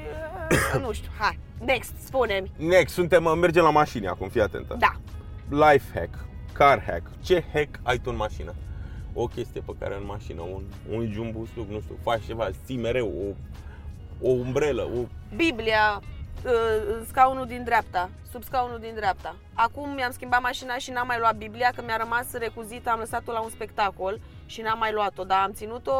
Speaker 2: e, nu știu, hai, next, spune-mi.
Speaker 1: Next, suntem, uh, mergem la mașini acum, fii atentă.
Speaker 2: Da,
Speaker 1: Life hack, car hack, ce hack ai tu în mașină? O chestie pe care în mașină, un, un jumbusluc, nu știu, faci ceva, îți ții mereu o, o umbrelă, o...
Speaker 2: Biblia, ă, în scaunul din dreapta, sub scaunul din dreapta. Acum mi-am schimbat mașina și n-am mai luat Biblia, că mi-a rămas recuzită, am lăsat-o la un spectacol și n-am mai luat-o, dar am ținut-o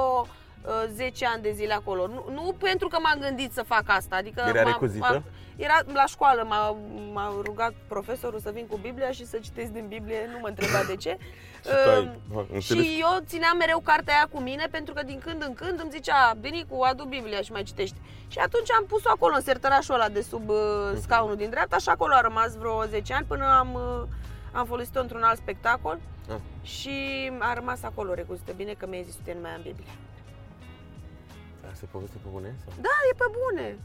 Speaker 2: ă, 10 ani de zile acolo. Nu, nu pentru că m-am gândit să fac asta, adică...
Speaker 1: Era
Speaker 2: m-a-
Speaker 1: recuzită?
Speaker 2: m-a- era la școală, m-a, m-a rugat profesorul să vin cu Biblia și să citesc din Biblie, nu mă întreba de ce.
Speaker 1: Și tu ai-
Speaker 2: Ă,
Speaker 1: ha, înțeles.
Speaker 2: și eu țineam mereu cartea aia cu mine pentru că din când în când îmi zicea Benicu, adu Biblia și mai citești. Și atunci am pus-o acolo în sertărașul ăla de sub uh,
Speaker 1: Mhm.
Speaker 2: scaunul din dreapta și acolo a rămas vreo 10 ani până am, uh, am folosit-o într-un alt spectacol
Speaker 1: Ah.
Speaker 2: și a rămas acolo recuzită. Bine că mi-ai zis tu, nu mai am Biblia.
Speaker 1: Da, se poveste pe bune? Sau?
Speaker 2: Da, e pe bune.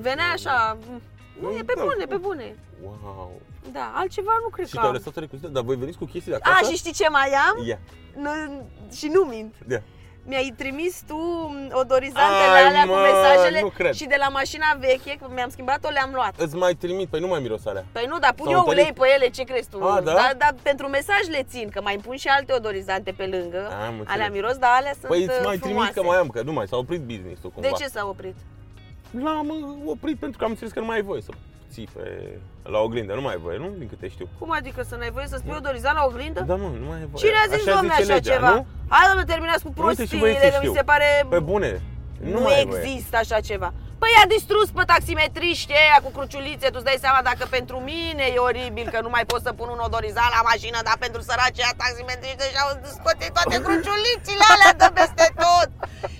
Speaker 2: Venea
Speaker 1: Da,
Speaker 2: așa, mm, nu,
Speaker 1: Nu,
Speaker 2: e pe
Speaker 1: da,
Speaker 2: bune, pe
Speaker 1: cum?
Speaker 2: bune.
Speaker 1: Wow!
Speaker 2: Da, altceva nu cred
Speaker 1: Și
Speaker 2: că
Speaker 1: te-au
Speaker 2: am.
Speaker 1: lăsat o recuzită, dar voi veniți cu chestii de
Speaker 2: A,
Speaker 1: acasă?
Speaker 2: și știi ce mai am?
Speaker 1: Ia,
Speaker 2: Nu, și nu mint.
Speaker 1: ia.
Speaker 2: Mi-ai trimis tu mm, odorizantele
Speaker 1: Ai,
Speaker 2: alea cu
Speaker 1: mă,
Speaker 2: mesajele
Speaker 1: nu cred.
Speaker 2: și de la mașina veche, că mi-am schimbat-o, le-am luat.
Speaker 1: Îți mai trimit, păi nu mai miros alea.
Speaker 2: Păi nu, dar pun
Speaker 1: S-au
Speaker 2: eu
Speaker 1: întărit.
Speaker 2: ulei pe ele, ce crezi tu?
Speaker 1: A, da?
Speaker 2: Dar, dar pentru mesaj le țin, că mai îmi pun și alte odorizante pe lângă.
Speaker 1: Am înțeles.
Speaker 2: Da. alea miros, dar alea sunt
Speaker 1: Ah, Păi îți
Speaker 2: uh,
Speaker 1: mai trimit
Speaker 2: frumoase.
Speaker 1: că mai am, că nu mai s-a oprit business-ul cumva.
Speaker 2: De ce s-a oprit?
Speaker 1: L-am uh, oprit pentru că am înțeles că nu mai ai voie să ții pe... la oglindă, nu mai ai voie, nu? Din câte știu.
Speaker 2: Cum adică să n-ai voie să spui odorizant la oglindă?
Speaker 1: Da, mă, nu mai ai voie.
Speaker 2: Cine a zis, domne,
Speaker 1: zice
Speaker 2: așa
Speaker 1: legea,
Speaker 2: ceva?
Speaker 1: Nu?
Speaker 2: Hai, domne, terminați cu
Speaker 1: Uite și
Speaker 2: prostiile,
Speaker 1: băieții
Speaker 2: că mi
Speaker 1: știu.
Speaker 2: se pare...
Speaker 1: Pe bune, nu,
Speaker 2: Nu,
Speaker 1: mai există.
Speaker 2: există așa ceva. Păi a distrus pe taximetriști ăia cu cruciulițe, tu-ți dai seama dacă pentru mine e oribil că nu mai pot să pun un odorizant la mașină, dar pentru săracii ăia taximetriști și-au scotit toate cruciulițile alea de peste tot.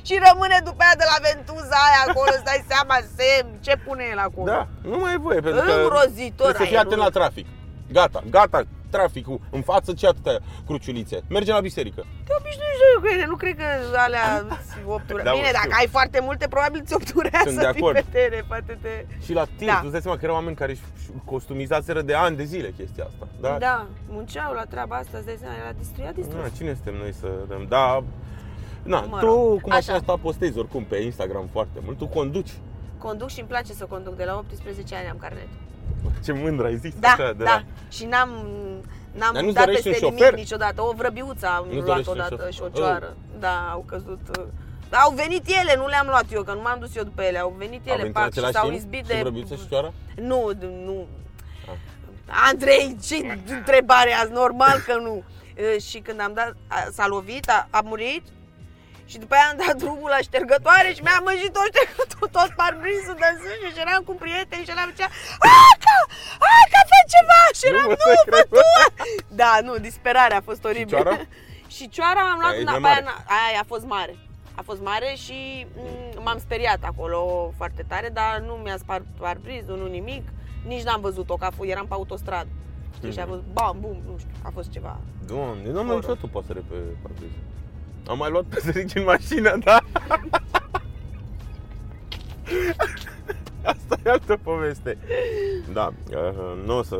Speaker 2: Și rămâne după aia de la ventuza aia acolo, îți dai seama, semn, ce pune el acolo.
Speaker 1: Da, nu mai ai voie, pentru că
Speaker 2: Îngrozitor
Speaker 1: trebuie să fii
Speaker 2: aerul.
Speaker 1: atent la trafic. Gata, gata, traficul în față, ce atâtea cruciulițe. Merge la biserică.
Speaker 2: Te obișnuiești eu cu ele, nu cred că alea ți
Speaker 1: Da,
Speaker 2: obturează.
Speaker 1: mă,
Speaker 2: Bine,
Speaker 1: știu.
Speaker 2: dacă ai foarte multe, probabil ți obturează
Speaker 1: Sunt de acord.
Speaker 2: pipetere, poate te...
Speaker 1: Și la tine,
Speaker 2: Da.
Speaker 1: tu îți dai seama că erau oameni care își își customizaseră de ani de zile chestia asta. Da?
Speaker 2: Da, munceau la treaba asta, îți dai seama, era distru, era distrus.
Speaker 1: Na, cine suntem noi să dăm? Da, na,
Speaker 2: Mă
Speaker 1: tu
Speaker 2: rog.
Speaker 1: cum
Speaker 2: Așa.
Speaker 1: așa. asta postezi oricum pe Instagram foarte mult, tu conduci.
Speaker 2: Conduc și îmi place să conduc, de la 18 ani am carnet.
Speaker 1: Ce mândră ai zis
Speaker 2: Da,
Speaker 1: așa,
Speaker 2: da.
Speaker 1: de la-
Speaker 2: Și n-am, n-am
Speaker 1: Dar nu-ți
Speaker 2: dat
Speaker 1: dorești
Speaker 2: peste
Speaker 1: un
Speaker 2: nimic
Speaker 1: șofer?
Speaker 2: niciodată. O vrăbiuță am
Speaker 1: Nu-ți
Speaker 2: luat
Speaker 1: dorești un
Speaker 2: odată
Speaker 1: șofer?
Speaker 2: și o cioară. Da, au căzut... uh, Dar au venit ele, nu le-am luat eu, că nu m-am dus eu după ele. Au venit
Speaker 1: Au
Speaker 2: ele,
Speaker 1: venit
Speaker 2: pac,
Speaker 1: în
Speaker 2: și
Speaker 1: același
Speaker 2: s-au
Speaker 1: timp?
Speaker 2: izbit
Speaker 1: Și
Speaker 2: de...
Speaker 1: vrăbiuță și cioară?
Speaker 2: Nu, d- nu.
Speaker 1: Ah.
Speaker 2: Andrei, ce întrebare azi? Normal că nu. E, Și când am dat, a- s-a lovit, a, a murit Și după aia am dat drumul la ștergătoare și mi-am mânjit tot ștergătorul, tot parbrinsul de sus și eram cu prieteni și eram zicea Aca! Aca, fă ceva! Și
Speaker 1: Nu
Speaker 2: eram,
Speaker 1: mă
Speaker 2: nu,
Speaker 1: să
Speaker 2: fă
Speaker 1: cred."
Speaker 2: tu! Da, nu, disperarea a fost oribilă.
Speaker 1: cioara?
Speaker 2: și cioara am luat
Speaker 1: Aia e mai
Speaker 2: înapoi,
Speaker 1: mare.
Speaker 2: da, aia, aia a fost mare. A fost mare și mm, m-am speriat acolo foarte tare, dar nu mi-a spart parbrizul, nu nimic. Nici n-am văzut-o, că a fost- eram pe autostradă. Știi, și a
Speaker 1: Mhm.
Speaker 2: fost bam, bum, nu știu, a fost ceva.
Speaker 1: Doamne, n-am mai
Speaker 2: Horror.
Speaker 1: luat o pasăre pe parbriz. Am mai luat păsări din mașină, da? Asta e altă poveste. Da, uh, nu o să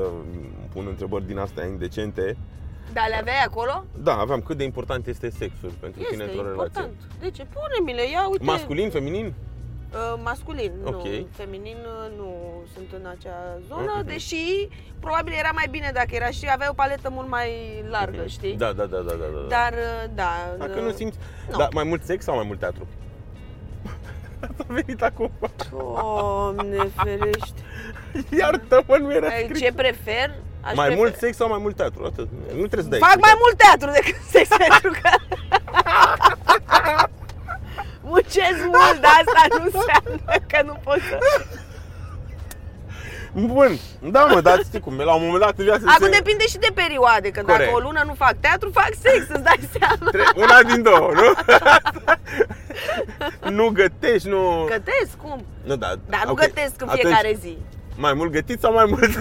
Speaker 1: pun întrebări din astea indecente.
Speaker 2: Dar le aveai acolo?
Speaker 1: Da, aveam cât de important este sexul pentru
Speaker 2: Este
Speaker 1: tine într-o
Speaker 2: important.
Speaker 1: relație.
Speaker 2: De ce? Pune-mi le, ia uite.
Speaker 1: Masculin, feminin?
Speaker 2: Uh, masculin, nu.
Speaker 1: Ok.
Speaker 2: Feminin uh, nu sunt în acea zonă,
Speaker 1: Mhm.
Speaker 2: deși probabil era mai bine dacă era și avea o paletă mult mai largă,
Speaker 1: Mhm.
Speaker 2: știi?
Speaker 1: Da, da, da, da, da, da.
Speaker 2: Dar, uh, da.
Speaker 1: Dacă
Speaker 2: uh,
Speaker 1: nu simți,
Speaker 2: nu.
Speaker 1: da, mai mult sex sau mai mult teatru? Asta a venit acum.
Speaker 2: Doamne ferește.
Speaker 1: Iartă-mă, nu era
Speaker 2: Ai,
Speaker 1: scris.
Speaker 2: Ce prefer? Aș
Speaker 1: Mai
Speaker 2: prefer-
Speaker 1: mult sex sau mai mult teatru? Atât. Nu trebuie să dai.
Speaker 2: Fac mai
Speaker 1: explicații.
Speaker 2: mult teatru decât sex pentru că... Muncesc mult, dar asta nu înseamnă că nu pot să...
Speaker 1: Bun, da mă, dar știi cum, e, la un moment dat în viață
Speaker 2: Acum
Speaker 1: se-
Speaker 2: depinde și de perioade, că dacă
Speaker 1: Corect.
Speaker 2: o lună nu fac teatru, fac sex, îți dai seama.
Speaker 1: tre- Una din două, nu? nu gătești, nu...
Speaker 2: Gătesc, cum?
Speaker 1: Nu, da,
Speaker 2: Dar nu
Speaker 1: ok.
Speaker 2: gătesc în
Speaker 1: Atunci,
Speaker 2: fiecare zi.
Speaker 1: Mai mult gătit sau mai mult?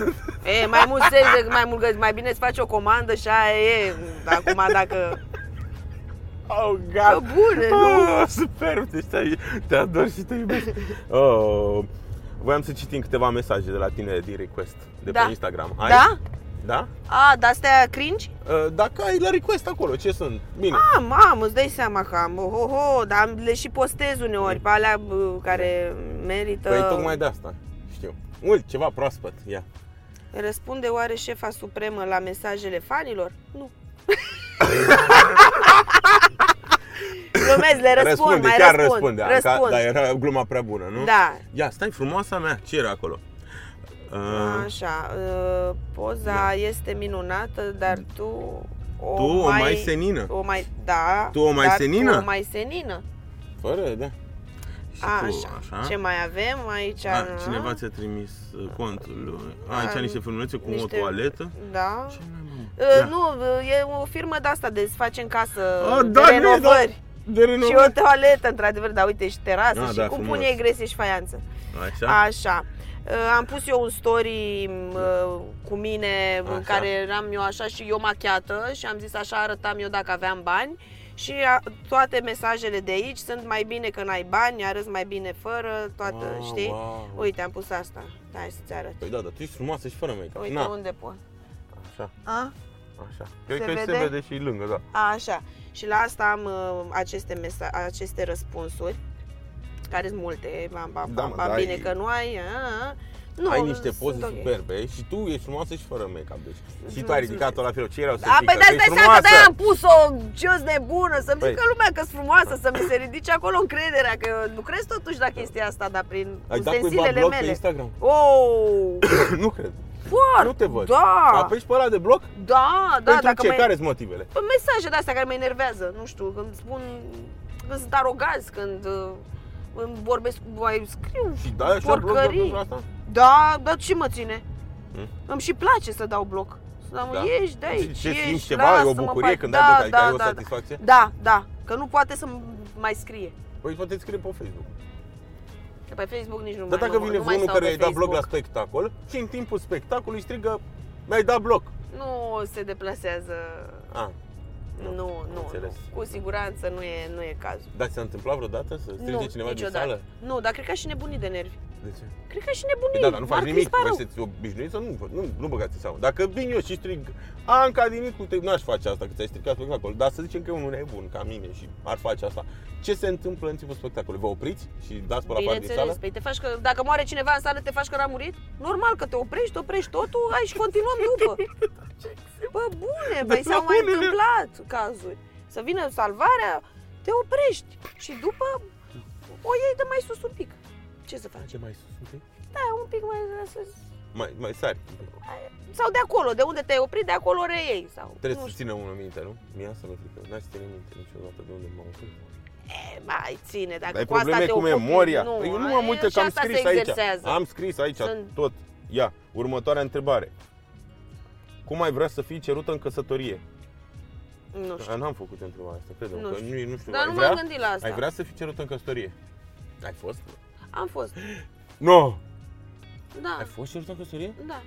Speaker 2: E, mai mult sex decât mai mult gătesc. Mai bine îți faci o comandă și aia e. Acum dacă...
Speaker 1: oh,
Speaker 2: Bă,
Speaker 1: God.
Speaker 2: bune, nu?
Speaker 1: Ah, superb, deci te, te ador și te iubesc. Oh. Voiam să citim câteva mesaje de la tine din request, de
Speaker 2: Da.
Speaker 1: pe Instagram. Ai?
Speaker 2: Da?
Speaker 1: Da?
Speaker 2: A, dar astea cringe?
Speaker 1: Uh, Dacă ai la request acolo, ce sunt? Bine.
Speaker 2: Am, am, îți dai seama că am, ho, ho, ho, dar le și postez uneori pe alea bă, care merită.
Speaker 1: Păi tocmai de asta, știu. Mult, ceva proaspăt, ia.
Speaker 2: Răspunde oare șefa supremă la mesajele fanilor? Nu. Glumesc, le răspund,
Speaker 1: răspunde,
Speaker 2: mai
Speaker 1: chiar
Speaker 2: răspund.
Speaker 1: răspunde. Anca,
Speaker 2: răspund.
Speaker 1: Dar era gluma prea bună, nu?
Speaker 2: Da,
Speaker 1: Ia, stai, frumoasa mea, ce era acolo? Uh,
Speaker 2: așa, uh, poza
Speaker 1: Da.
Speaker 2: este minunată, dar tu o
Speaker 1: Uh, tu o mai senină.
Speaker 2: O mai, da,
Speaker 1: Tu o mai
Speaker 2: dar
Speaker 1: senină?
Speaker 2: Tu o mai senină.
Speaker 1: Fără, da. Și
Speaker 2: Așa. Ce mai avem aici?
Speaker 1: A,
Speaker 2: na?
Speaker 1: cineva ți-a trimis uh, contul. A, aici
Speaker 2: Da,
Speaker 1: niște frumulețe cu
Speaker 2: niște-
Speaker 1: o toaletă.
Speaker 2: Da.
Speaker 1: Ce mai mă?
Speaker 2: Uh,
Speaker 1: Ia.
Speaker 2: Nu, uh, e o firmă de asta de desface în casă,
Speaker 1: Ah,
Speaker 2: de
Speaker 1: da, nu e, da.
Speaker 2: renovări.
Speaker 1: De
Speaker 2: Și
Speaker 1: renovare.
Speaker 2: o toaletă, într-adevăr, dar uite și terasă
Speaker 1: Ah,
Speaker 2: și
Speaker 1: da,
Speaker 2: cu
Speaker 1: frumos. Da?
Speaker 2: pune gresie și faianță.
Speaker 1: Așa.
Speaker 2: Așa. Uh, Am pus eu un story uh, cu mine
Speaker 1: Da. Așa.
Speaker 2: în care eram eu așa și eu machiată și am zis așa arătam eu dacă aveam bani și a, toate mesajele de aici sunt mai bine că n-ai bani, arăți mai bine fără, toată,
Speaker 1: Wow,
Speaker 2: știi?
Speaker 1: wow.
Speaker 2: Uite, am pus asta. Hai să-ți arăt.
Speaker 1: Păi da, dar tu ești frumoasă și fără make-up.
Speaker 2: Uite
Speaker 1: Na,
Speaker 2: unde pun.
Speaker 1: așa,
Speaker 2: A?
Speaker 1: așa. Cred
Speaker 2: Se
Speaker 1: că
Speaker 2: vede?
Speaker 1: se vede și lângă, da.
Speaker 2: A, așa. Și la asta am uh, aceste, mesa- aceste răspunsuri, care sunt multe, bam, bam,
Speaker 1: Da,
Speaker 2: bam,
Speaker 1: mă,
Speaker 2: bam
Speaker 1: dar
Speaker 2: bine
Speaker 1: ai-
Speaker 2: că nu ai, a, a. nu,
Speaker 1: ai niște
Speaker 2: sunt
Speaker 1: poze
Speaker 2: ok.
Speaker 1: superbe și tu ești frumoasă și fără make-up. Deci, și tu ai
Speaker 2: Mulțumesc.
Speaker 1: ridicat-o la firul. Ce erau să
Speaker 2: A,
Speaker 1: zică?
Speaker 2: păi dar
Speaker 1: Tu ești
Speaker 2: stai seama,
Speaker 1: frumoasă!
Speaker 2: de am pus-o jos de bună, să-mi
Speaker 1: Păi.
Speaker 2: zică lumea că sunt frumoasă, să mi se ridice acolo încrederea, că lucrez totuși la chestia asta, dar prin
Speaker 1: Ai dat cuiva
Speaker 2: ustensilele
Speaker 1: blog pe
Speaker 2: mele.
Speaker 1: Instagram?
Speaker 2: Oh,
Speaker 1: nu cred.
Speaker 2: foarte,
Speaker 1: Nu te văd.
Speaker 2: da,
Speaker 1: Apeși pe ăla de bloc?
Speaker 2: da, da,
Speaker 1: Pentru
Speaker 2: dacă
Speaker 1: ce?
Speaker 2: mai-
Speaker 1: Care-s motivele?
Speaker 2: Păi, mesaje de astea care mă enervează, nu știu, când spun, când sunt arogați, când uh, îmi vorbesc, mai scriu
Speaker 1: Și dai așa blog doar
Speaker 2: porcării.
Speaker 1: pentru asta?
Speaker 2: Da, dar ce mă ține?
Speaker 1: Hmm?
Speaker 2: Îmi și place să dau bloc. Să dau,
Speaker 1: Da?
Speaker 2: da? ieși de aici,
Speaker 1: ce
Speaker 2: ieși,
Speaker 1: simți ceva, e o
Speaker 2: lasă-mă,
Speaker 1: bucurie
Speaker 2: pai.
Speaker 1: când
Speaker 2: da,
Speaker 1: ai bloc, adică
Speaker 2: da,
Speaker 1: ai o
Speaker 2: da, da.
Speaker 1: satisfacție?
Speaker 2: Da, da, că nu poate să mai scrie.
Speaker 1: Păi poate îți scrie pe Facebook.
Speaker 2: Că pe Facebook nici nu
Speaker 1: Dar
Speaker 2: mai
Speaker 1: dacă
Speaker 2: nu,
Speaker 1: vine
Speaker 2: nu mai
Speaker 1: unul
Speaker 2: stau pe
Speaker 1: care i-ai dat blog la
Speaker 2: Facebook.
Speaker 1: spectacol și în timpul spectacolului strigă mi-ai dat bloc.
Speaker 2: Nu se deplasează.
Speaker 1: A,
Speaker 2: Nu,
Speaker 1: Nu,
Speaker 2: nu,
Speaker 1: am
Speaker 2: nu,
Speaker 1: înțeles.
Speaker 2: Cu siguranță nu e, nu e cazul.
Speaker 1: dar ți-a întâmplat vreodată să strige
Speaker 2: nu,
Speaker 1: cineva din
Speaker 2: niciodată.
Speaker 1: sală?
Speaker 2: Nu, dar cred că și nebunii de nervi.
Speaker 1: De ce?
Speaker 2: Cred că și nebunii.
Speaker 1: Păi da, dar nu faci
Speaker 2: M-ar
Speaker 1: nimic,
Speaker 2: crispa
Speaker 1: voi
Speaker 2: rău.
Speaker 1: sunteți obișnuiți să nu, nu, nu băgați în seama. Dacă vin eu și strig, Anca din Nicu, te, n-aș face asta, că ți-ai stricat spectacolul, dar să zicem că e unul nebun ca mine și ar face asta, ce se întâmplă în timpul spectacolului? Vă opriți și dați pe la afară din
Speaker 2: Bineînțeles,
Speaker 1: sală?
Speaker 2: păi te faci că dacă moare cineva în sală, te faci că n-a murit? Normal că te oprești, te oprești totul, hai și continuăm după. Bă, bune,
Speaker 1: De
Speaker 2: băi,
Speaker 1: la
Speaker 2: s-au mai
Speaker 1: unele.
Speaker 2: întâmplat cazuri. Să vină salvarea, te oprești și după o iei de mai sus un pic. Ce să faci?
Speaker 1: Ce mai sus?
Speaker 2: Da, un pic mai sus.
Speaker 1: Mai, mai sari.
Speaker 2: Sau de acolo, de unde te-ai oprit, de acolo reiei. Sau,
Speaker 1: Trebuie
Speaker 2: nu
Speaker 1: să
Speaker 2: știu.
Speaker 1: țină unul minte, nu? Mi asta mi-e frică. N-aș ține minte niciodată de unde m-am oprit.
Speaker 2: E, mai ține, dacă
Speaker 1: Ai
Speaker 2: cu asta
Speaker 1: probleme
Speaker 2: te
Speaker 1: cu
Speaker 2: ocupi,
Speaker 1: memoria.
Speaker 2: Nu,
Speaker 1: Păi eu nu am
Speaker 2: e-
Speaker 1: multe
Speaker 2: și
Speaker 1: că am
Speaker 2: asta
Speaker 1: scris
Speaker 2: se
Speaker 1: aici.
Speaker 2: exersează.
Speaker 1: Am scris aici
Speaker 2: Sunt-
Speaker 1: tot. Ia, următoarea întrebare. Cum ai vrea să fii cerută în căsătorie?
Speaker 2: Nu știu.
Speaker 1: Eu N-am făcut întrebarea asta, credem
Speaker 2: Nu
Speaker 1: că
Speaker 2: știu.
Speaker 1: nu, nu știu.
Speaker 2: Dar
Speaker 1: ai
Speaker 2: nu
Speaker 1: vrea?
Speaker 2: m-am gândit la asta.
Speaker 1: Ai vrea să fii cerută în căsătorie? Ai fost?
Speaker 2: Am fost.
Speaker 1: Nu! No.
Speaker 2: Da.
Speaker 1: Ai fost cerută în căsătorie?
Speaker 2: Da.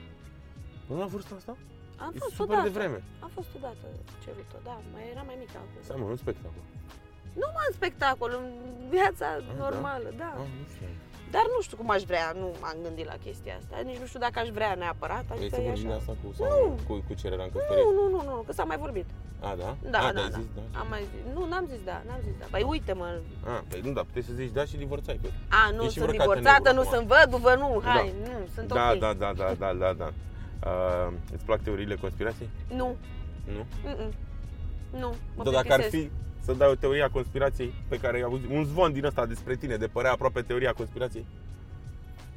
Speaker 1: Până la vârsta asta?
Speaker 2: Am
Speaker 1: E
Speaker 2: fost
Speaker 1: super
Speaker 2: odată.
Speaker 1: de vreme.
Speaker 2: Am fost odată cerută, da. Mai era mai mică acum.
Speaker 1: Seamănă un spectacol.
Speaker 2: Nu mă în spectacol, în viața
Speaker 1: da?
Speaker 2: normală, da.
Speaker 1: Ah, nu știu.
Speaker 2: Dar nu știu cum aș vrea, nu m-am gândit la chestia asta. Nici nu știu dacă aș vrea neapărat,
Speaker 1: Ai
Speaker 2: adică
Speaker 1: să
Speaker 2: e
Speaker 1: vorbim de
Speaker 2: așa.
Speaker 1: asta cu, sau, cu, cu cererea în căsătorie?
Speaker 2: Nu, nu, nu, nu, că s-a mai vorbit.
Speaker 1: A, da?
Speaker 2: Da,
Speaker 1: A,
Speaker 2: da,
Speaker 1: ai
Speaker 2: da.
Speaker 1: Zis, da.
Speaker 2: Am mai zis. Nu, n-am zis da, n-am zis da. Păi uite mă,
Speaker 1: A, păi nu, da, puteai să zici da și divorțai cu
Speaker 2: a, nu
Speaker 1: Ești
Speaker 2: sunt
Speaker 1: îmbrăcată
Speaker 2: divorțată,
Speaker 1: negru
Speaker 2: nu
Speaker 1: acum.
Speaker 2: sunt văduvă, nu, hai, nu, sunt
Speaker 1: da,
Speaker 2: ok.
Speaker 1: da, da, da, da, da, da. Uh, îți plac teoriile conspirației?
Speaker 2: Nu,
Speaker 1: Nu?
Speaker 2: mm-mm. nu, mă
Speaker 1: Dar dacă ar
Speaker 2: plictisesc.
Speaker 1: fi să dai o teorie a conspirației pe care ai auzit, un zvon din ăsta despre tine, de părea aproape teoria conspirației?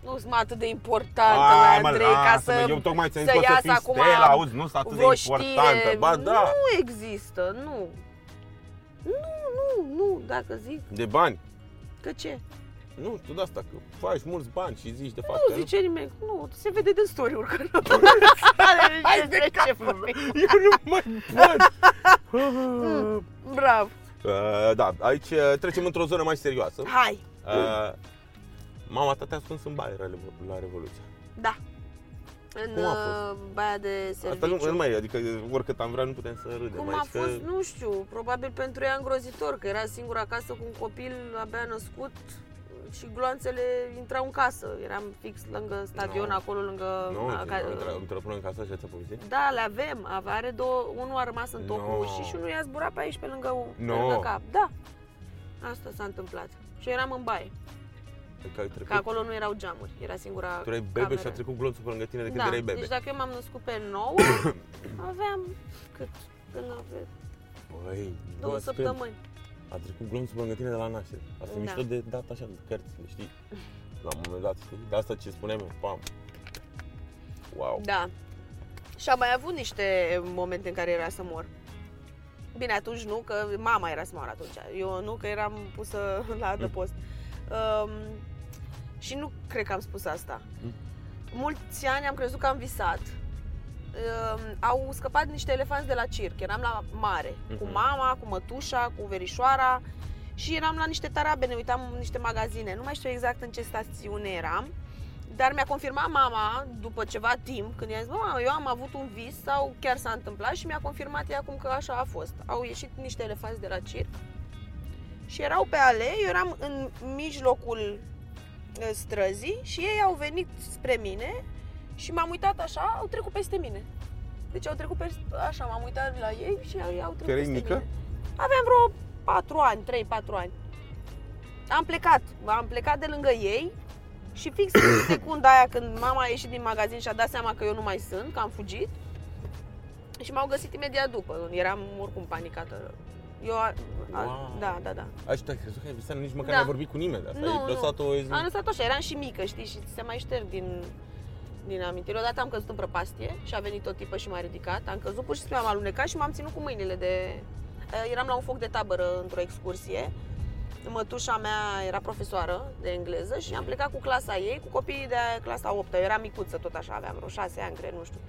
Speaker 2: Nu sunt atât de importantă,
Speaker 1: Ai,
Speaker 2: mă,
Speaker 1: mă,
Speaker 2: Andrei, ca
Speaker 1: lasă-mă,
Speaker 2: să,
Speaker 1: eu tocmai ți-am
Speaker 2: să
Speaker 1: zis că o să
Speaker 2: iasă
Speaker 1: fii
Speaker 2: acum
Speaker 1: stelă, auzi, nu sunt atât de
Speaker 2: vreo știre.
Speaker 1: importantă. Ba da,
Speaker 2: Nu există, nu. Nu, nu, nu, dacă zic
Speaker 1: de bani.
Speaker 2: că ce?
Speaker 1: Nu, tu de asta, că faci mulți bani și zici de fapt că
Speaker 2: Nu zice nimeni, nu, se vede din story-uri că nu. Hai de capul
Speaker 1: Eu nu mai pot!
Speaker 2: Bravo,
Speaker 1: uh, da, aici uh, trecem într-o zonă mai serioasă.
Speaker 2: hai,
Speaker 1: Uh, mama ta te-a ascuns în baie la Revo- la Revoluție.
Speaker 2: da. În
Speaker 1: Cum a
Speaker 2: uh, baia de serviciu.
Speaker 1: Asta nu, nu mai e, adică oricât am vrea nu putem să râdem.
Speaker 2: Cum
Speaker 1: aici,
Speaker 2: a fost,
Speaker 1: Că...
Speaker 2: nu știu, probabil pentru ea îngrozitor, că era singură acasă cu un copil abia născut și gloanțele intrau în casă. Eram fix lângă stadion,
Speaker 1: Nu.
Speaker 2: acolo lângă...
Speaker 1: Nu,
Speaker 2: a- ca-
Speaker 1: într-o într-o în casa și ți-a povestit?
Speaker 2: da, le avem. Ave- Are două, unul a rămas în
Speaker 1: Nu.
Speaker 2: tocul ușii și unul i-a zburat pe aici, pe lângă, pe
Speaker 1: Nu.
Speaker 2: lângă cap. Da, asta s-a întâmplat. Și eu eram în baie,
Speaker 1: Că ai
Speaker 2: că
Speaker 1: trecut,
Speaker 2: acolo nu erau geamuri, era singura
Speaker 1: tu erai bebe
Speaker 2: cameră.
Speaker 1: și a trecut glonțul pe lângă tine de când
Speaker 2: da,
Speaker 1: erai bebe.
Speaker 2: deci dacă eu m-am născut pe 9, aveam cât? Când aveam?
Speaker 1: Băi,
Speaker 2: Două
Speaker 1: nu cred.
Speaker 2: săptămâni.
Speaker 1: A trecut glonțul pe lângă tine de la naștere. Asta
Speaker 2: Da.
Speaker 1: e mișto de dat așa, de cărțile, știi? La un moment dat, știi? De asta ce spuneam eu, pam. Wow.
Speaker 2: Da. Și am mai avut niște momente în care era să mor. Bine, atunci nu, că mama era să moară atunci. Eu nu, că eram pusă la adăpost. Um, și nu cred că am spus asta.
Speaker 1: Mm.
Speaker 2: Mulți ani am crezut că am visat. Um, au scăpat niște elefanți de la circ. Eram la mare, cu
Speaker 1: Mhm.
Speaker 2: mama, cu mătușa, cu verișoara și eram la niște tarabe, ne uitam în niște magazine. Nu mai știu exact în ce stațiune eram. Dar mi-a confirmat mama, după ceva timp, când i-am zis, "Bă, mamă, eu am avut un vis sau chiar s-a întâmplat și mi-a confirmat ea acum că așa a fost. Au ieșit niște elefanți de la circ și erau pe ale, eu eram în mijlocul uh, străzii și ei au venit spre mine și m-am uitat așa, au trecut peste mine. Deci au trecut peste, așa, m-am uitat la ei și ei au trecut
Speaker 1: erai
Speaker 2: peste
Speaker 1: mică?
Speaker 2: mine. Aveam vreo 4 ani, 3-4 ani. Am plecat, am plecat de lângă ei și fix în secunda aia când mama a ieșit din magazin și a dat seama că eu nu mai sunt, că am fugit și m-au găsit imediat după. Eram oricum panicată. Eu, a, a,
Speaker 1: Wow.
Speaker 2: da, da, da.
Speaker 1: Aici tu ai crezut că ai visat, nici măcar
Speaker 2: Da.
Speaker 1: n-ai vorbit cu nimeni de asta.
Speaker 2: Nu,
Speaker 1: ai
Speaker 2: nu.
Speaker 1: lăsat-o
Speaker 2: Am lăsat-o așa, eram și mică, știi, și ți se mai șterg din, din amintire. Odată am căzut în prăpastie și a venit o tipă și m-a ridicat. Am căzut pur și simplu, am alunecat și m-am ținut cu mâinile de... eh, Eram la un foc de tabără într-o excursie. Mătușa mea era profesoară de engleză și am plecat cu clasa ei, cu copiii de clasa 8 Era micuță tot așa, aveam vreo 6 ani, cred, nu știu.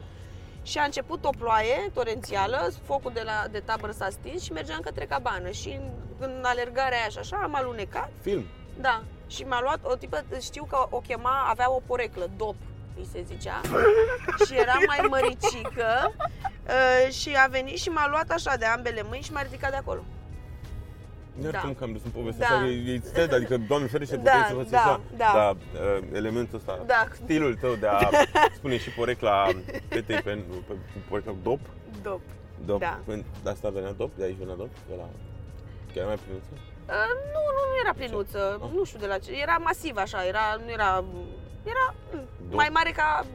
Speaker 2: Și a început o ploaie torențială, focul de, la, de tabără s-a stins și mergeam către cabană. Și în, în alergarea aia și așa am alunecat
Speaker 1: film.
Speaker 2: da. Și m-a luat o tipă, știu că o chema, avea o poreclă, dop, îi se zicea. și era mai măricică. uh, și a venit și m-a luat așa de ambele mâini și m-a ridicat de acolo.
Speaker 1: Iartă-mă
Speaker 2: Da.
Speaker 1: că am dus în
Speaker 2: Da.
Speaker 1: povestea asta, e, e sted, adică, doamne ferește,
Speaker 2: Da,
Speaker 1: puteai să faci
Speaker 2: da,
Speaker 1: așa.
Speaker 2: da.
Speaker 1: Dar uh, elementul ăsta,
Speaker 2: Da.
Speaker 1: stilul tău de a spune și porecla fetei pe, pe, cu porecla dop,
Speaker 2: Dop.
Speaker 1: dop,
Speaker 2: Da.
Speaker 1: În- de asta venea dop, de aici venea dop, de la... Chiar mai primit?
Speaker 2: Uh, nu, nu, nu era plinuță,
Speaker 1: Ah.
Speaker 2: nu știu de la ce, era masiv așa, era, nu era, era mm,
Speaker 1: Dop.
Speaker 2: mai mare ca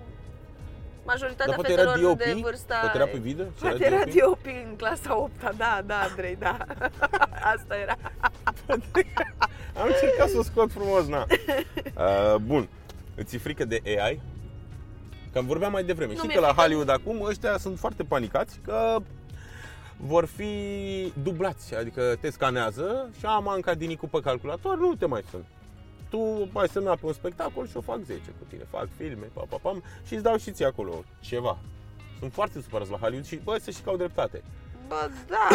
Speaker 2: majoritatea
Speaker 1: Dar poate era
Speaker 2: fetelor
Speaker 1: DOP?
Speaker 2: de vârsta...
Speaker 1: Poate era pe video? Și
Speaker 2: Poate era DOP în clasa 8 da, da, Andrei, da. Asta era.
Speaker 1: Am încercat să o scot frumos, na. Uh, bun. Îți e frică de AI? Că am vorbeam mai devreme.
Speaker 2: Nu
Speaker 1: Știi
Speaker 2: mi-e
Speaker 1: că la
Speaker 2: frică.
Speaker 1: Hollywood acum ăștia sunt foarte panicați că vor fi dublați, adică te scanează și am Anca Dinicu pe calculator, nu te mai sun. Tu mai semna pe un spectacol și o fac 10 cu tine, fac filme, pa, pa, pam, și îți dau și ție acolo ceva. Sunt foarte supărați la Hollywood și, bă, să și că au dreptate.
Speaker 2: Bă, da,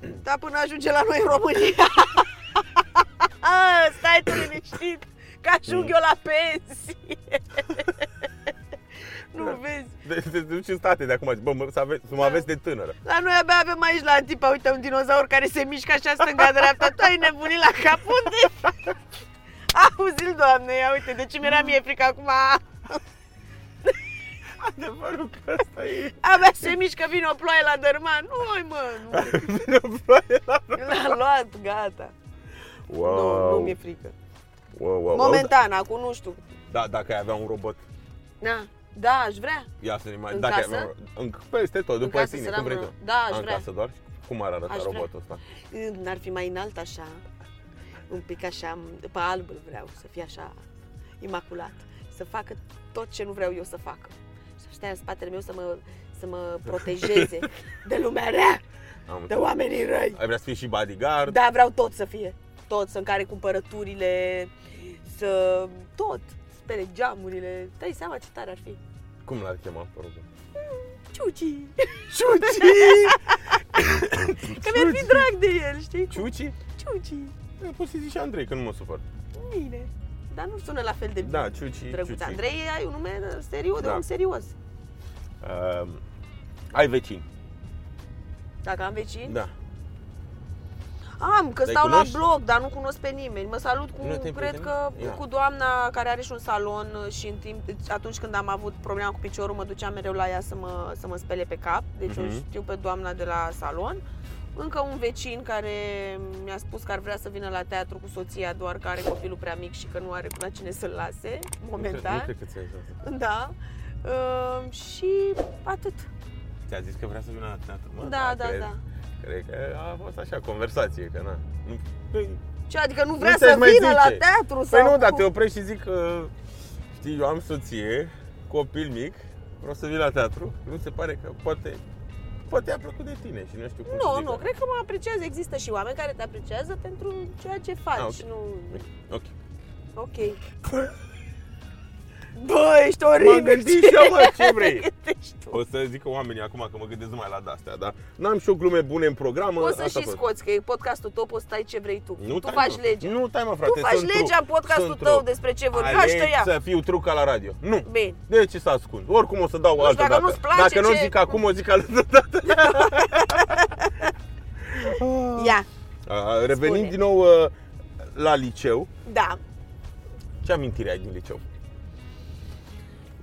Speaker 2: dar până ajunge la noi în România. Stai tu liniștit, că ajung eu la pensie. nu vezi?
Speaker 1: Te- Te te duci în state de acum, zici, bă, mă, să, ave- să mă aveți de tânără.
Speaker 2: La noi abia avem aici la Antipa, uite, un dinozaur care se mișcă așa stânga-dreapta, tu ai nebunit la cap, unde Auzi-l, doamne, ia uite, de ce mi-era mie frică acum?
Speaker 1: Adevărul că asta e...
Speaker 2: Abia se mișcă, vine o ploaie la dărman. Nu, mă, nu.
Speaker 1: Vine o ploaie la...
Speaker 2: L-a luat, gata.
Speaker 1: Wow,
Speaker 2: Nu, nu mi-e frică.
Speaker 1: wow, wow,
Speaker 2: Momentan, acum nu știu.
Speaker 1: Da, dacă ai avea un robot,
Speaker 2: Da, da, aș vrea.
Speaker 1: ia să ne mai...
Speaker 2: În
Speaker 1: dacă
Speaker 2: casă?
Speaker 1: ai avea un- În, peste tot, după
Speaker 2: casă
Speaker 1: tine,
Speaker 2: să
Speaker 1: cum
Speaker 2: rămână.
Speaker 1: vrei tu.
Speaker 2: Da, aș
Speaker 1: În
Speaker 2: vrea.
Speaker 1: casă doar? Cum ar arăta
Speaker 2: Aș vrea.
Speaker 1: robotul ăsta?
Speaker 2: N-ar fi mai înalt așa, un pic așa, pe alb îl vreau, să fie așa imaculat, să facă tot ce nu vreau eu să facă. Să stea în spatele meu să mă, să mă protejeze de lumea rea,
Speaker 1: Am
Speaker 2: de oamenii răi.
Speaker 1: Ai vrea să fii și bodyguard?
Speaker 2: Da, vreau tot să fie. Tot, să-mi care cumpărăturile, să... tot. Spere geamurile. Dai seama ce tare ar fi.
Speaker 1: Cum l-ar chema pe robot?
Speaker 2: Ciuci!
Speaker 1: Ciuci!
Speaker 2: Că mi-ar fi drag de el, știi?
Speaker 1: Ciuci?
Speaker 2: Ciuci!
Speaker 1: Eu Poți să zici și Andrei, că nu mă supăr.
Speaker 2: Bine. Dar nu sună la fel de bine.
Speaker 1: Da, Ciuci,
Speaker 2: Drăguț.
Speaker 1: Ciuci.
Speaker 2: Andrei, ai un nume serios, de
Speaker 1: Da.
Speaker 2: om serios.
Speaker 1: Ehm, ai vecini.
Speaker 2: Dacă am vecini?
Speaker 1: Da.
Speaker 2: Am, că
Speaker 1: Dar-i
Speaker 2: stau la
Speaker 1: cunoști?
Speaker 2: bloc, dar nu cunosc pe nimeni. Mă salut cu,
Speaker 1: Nu te-ai
Speaker 2: cred
Speaker 1: prietenit?
Speaker 2: că,
Speaker 1: Ia.
Speaker 2: cu doamna care are și un salon și în timp, deci atunci când am avut problema cu piciorul, mă duceam mereu la ea să mă, să mă spele pe cap. Deci o
Speaker 1: Mhm.
Speaker 2: știu pe doamna de la salon. Încă un vecin care mi-a spus că ar vrea să vină la teatru cu soția, doar că are copilul prea mic și că nu are până la cine să-l lase, momentan.
Speaker 1: Nu cred, nu cred că ți-ai zis asta.
Speaker 2: Da. Uh, și atât.
Speaker 1: Ți-a zis că vrea să vină la teatru, mă?
Speaker 2: Da, da,
Speaker 1: cred,
Speaker 2: da.
Speaker 1: Cred că a fost așa, conversație, că na. Nu, păi,
Speaker 2: Ce, adică nu vrea
Speaker 1: ți-aș
Speaker 2: să
Speaker 1: mai
Speaker 2: vină
Speaker 1: zice.
Speaker 2: la teatru sau
Speaker 1: păi nu, dar
Speaker 2: cum?
Speaker 1: te oprești și zic că, știi, eu am soție, copil mic, vreau să vii la teatru, nu se pare că poate, poate a plăcut de tine și nu știu cum să
Speaker 2: Nu,
Speaker 1: zic,
Speaker 2: nu,
Speaker 1: dar-
Speaker 2: cred că mă apreciază. Există și oameni care te apreciază pentru ceea ce faci.
Speaker 1: Ah, ok.
Speaker 2: Nu,
Speaker 1: Ok.
Speaker 2: ok. Bă, ești oribil.
Speaker 1: M-am gândit și eu, mă, ce vrei.
Speaker 2: Gândești tu.
Speaker 1: O să zică oamenii acum că mă gândesc numai la de-astea, da? N-am și eu glume bune în program,
Speaker 2: Poți să
Speaker 1: asta
Speaker 2: și
Speaker 1: pot.
Speaker 2: scoți, că e podcastul tău, poți să tai ce vrei tu.
Speaker 1: Nu,
Speaker 2: tu
Speaker 1: tai,
Speaker 2: faci
Speaker 1: mă.
Speaker 2: legea.
Speaker 1: Nu, tai mă, frate,
Speaker 2: tu faci
Speaker 1: sunt tru.
Speaker 2: legea în podcastul
Speaker 1: Sunt tru.
Speaker 2: tău despre ce vorbești,
Speaker 1: Aleg
Speaker 2: ăștia.
Speaker 1: să fiu true ca la radio. Nu.
Speaker 2: Bine.
Speaker 1: De ce să ascund? Oricum o să dau
Speaker 2: Nu
Speaker 1: o altă
Speaker 2: știu, dacă
Speaker 1: dată.
Speaker 2: nu-ți place
Speaker 1: dacă nu
Speaker 2: ce-
Speaker 1: zic acum, o zic altă dată.
Speaker 2: Ia,
Speaker 1: A, Revenind
Speaker 2: Spune.
Speaker 1: din nou uh, la liceu,
Speaker 2: da.
Speaker 1: ce amintire ai din liceu?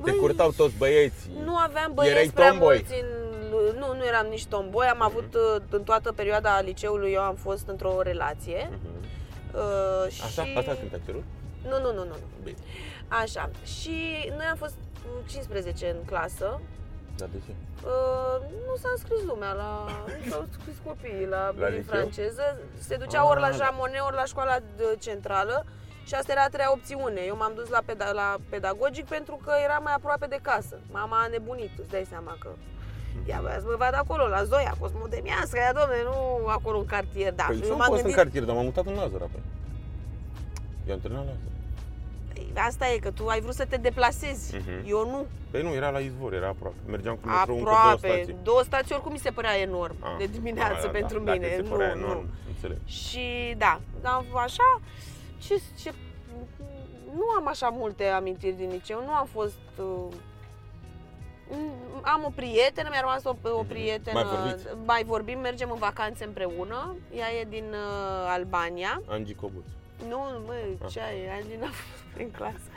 Speaker 1: Te
Speaker 2: Băi,
Speaker 1: curtau toți băieții. Mhm.
Speaker 2: Nu aveam
Speaker 1: Erai
Speaker 2: băieți prea
Speaker 1: tomboy. Mhm.
Speaker 2: mulți în... Nu, nu eram nici tomboi. Am avut uh, în toată perioada liceului, eu am fost într-o relație.
Speaker 1: Mhm.
Speaker 2: Uh, și...
Speaker 1: Asta, asta când te-a cerut?
Speaker 2: Nu, nu, nu, nu. nu.
Speaker 1: Bine.
Speaker 2: Așa. Și noi am fost uh, 15 în clasă.
Speaker 1: Dar de ce?
Speaker 2: Uh, nu s-a înscris lumea la... Nu s-au înscris copiii la,
Speaker 1: La
Speaker 2: la
Speaker 1: liceu?
Speaker 2: franceză. Se ducea
Speaker 1: Ah.
Speaker 2: ori la Jamone, ori la școala de- centrală. Și asta era a treia opțiune. Eu m-am dus la, peda- la pedagogic pentru că era mai aproape de casă. Mama a nebunit, îți dai seama că... Ea voia să mă vadă acolo, la Zoia, Cosmodemiasca, ea, domne, nu acolo în cartier. Da,
Speaker 1: păi
Speaker 2: Și
Speaker 1: eu am
Speaker 2: m-am
Speaker 1: fost în
Speaker 2: gândit-
Speaker 1: cartier, dar m-am mutat în Lazar apoi. Eu am terminat la Lazar.
Speaker 2: Asta e, că tu ai vrut să te deplasezi.
Speaker 1: Mhm.
Speaker 2: Eu nu.
Speaker 1: Păi nu, era la izvor, era aproape. Mergeam cu metrou încă două
Speaker 2: Aproape.
Speaker 1: stații.
Speaker 2: Două stații oricum mi se părea enorm
Speaker 1: Ah,
Speaker 2: de
Speaker 1: da,
Speaker 2: dimineață
Speaker 1: da,
Speaker 2: pentru
Speaker 1: da,
Speaker 2: mine.
Speaker 1: Dacă ți se
Speaker 2: nu,
Speaker 1: părea
Speaker 2: nu.
Speaker 1: enorm, înțeleg.
Speaker 2: Și da, am așa, ce, ce, nu am așa multe amintiri din liceu, nu am fost... uh, m- am o prietenă, mi-a rămas o, o
Speaker 1: Mhm.
Speaker 2: prietenă,
Speaker 1: Mai vorbiți?
Speaker 2: mai vorbim, mergem în vacanțe împreună, ea e din uh, Albania,
Speaker 1: Angi Cobuț.
Speaker 2: nu, mă,
Speaker 1: Ah.
Speaker 2: ce ai, Angie n-a fost prin clasă.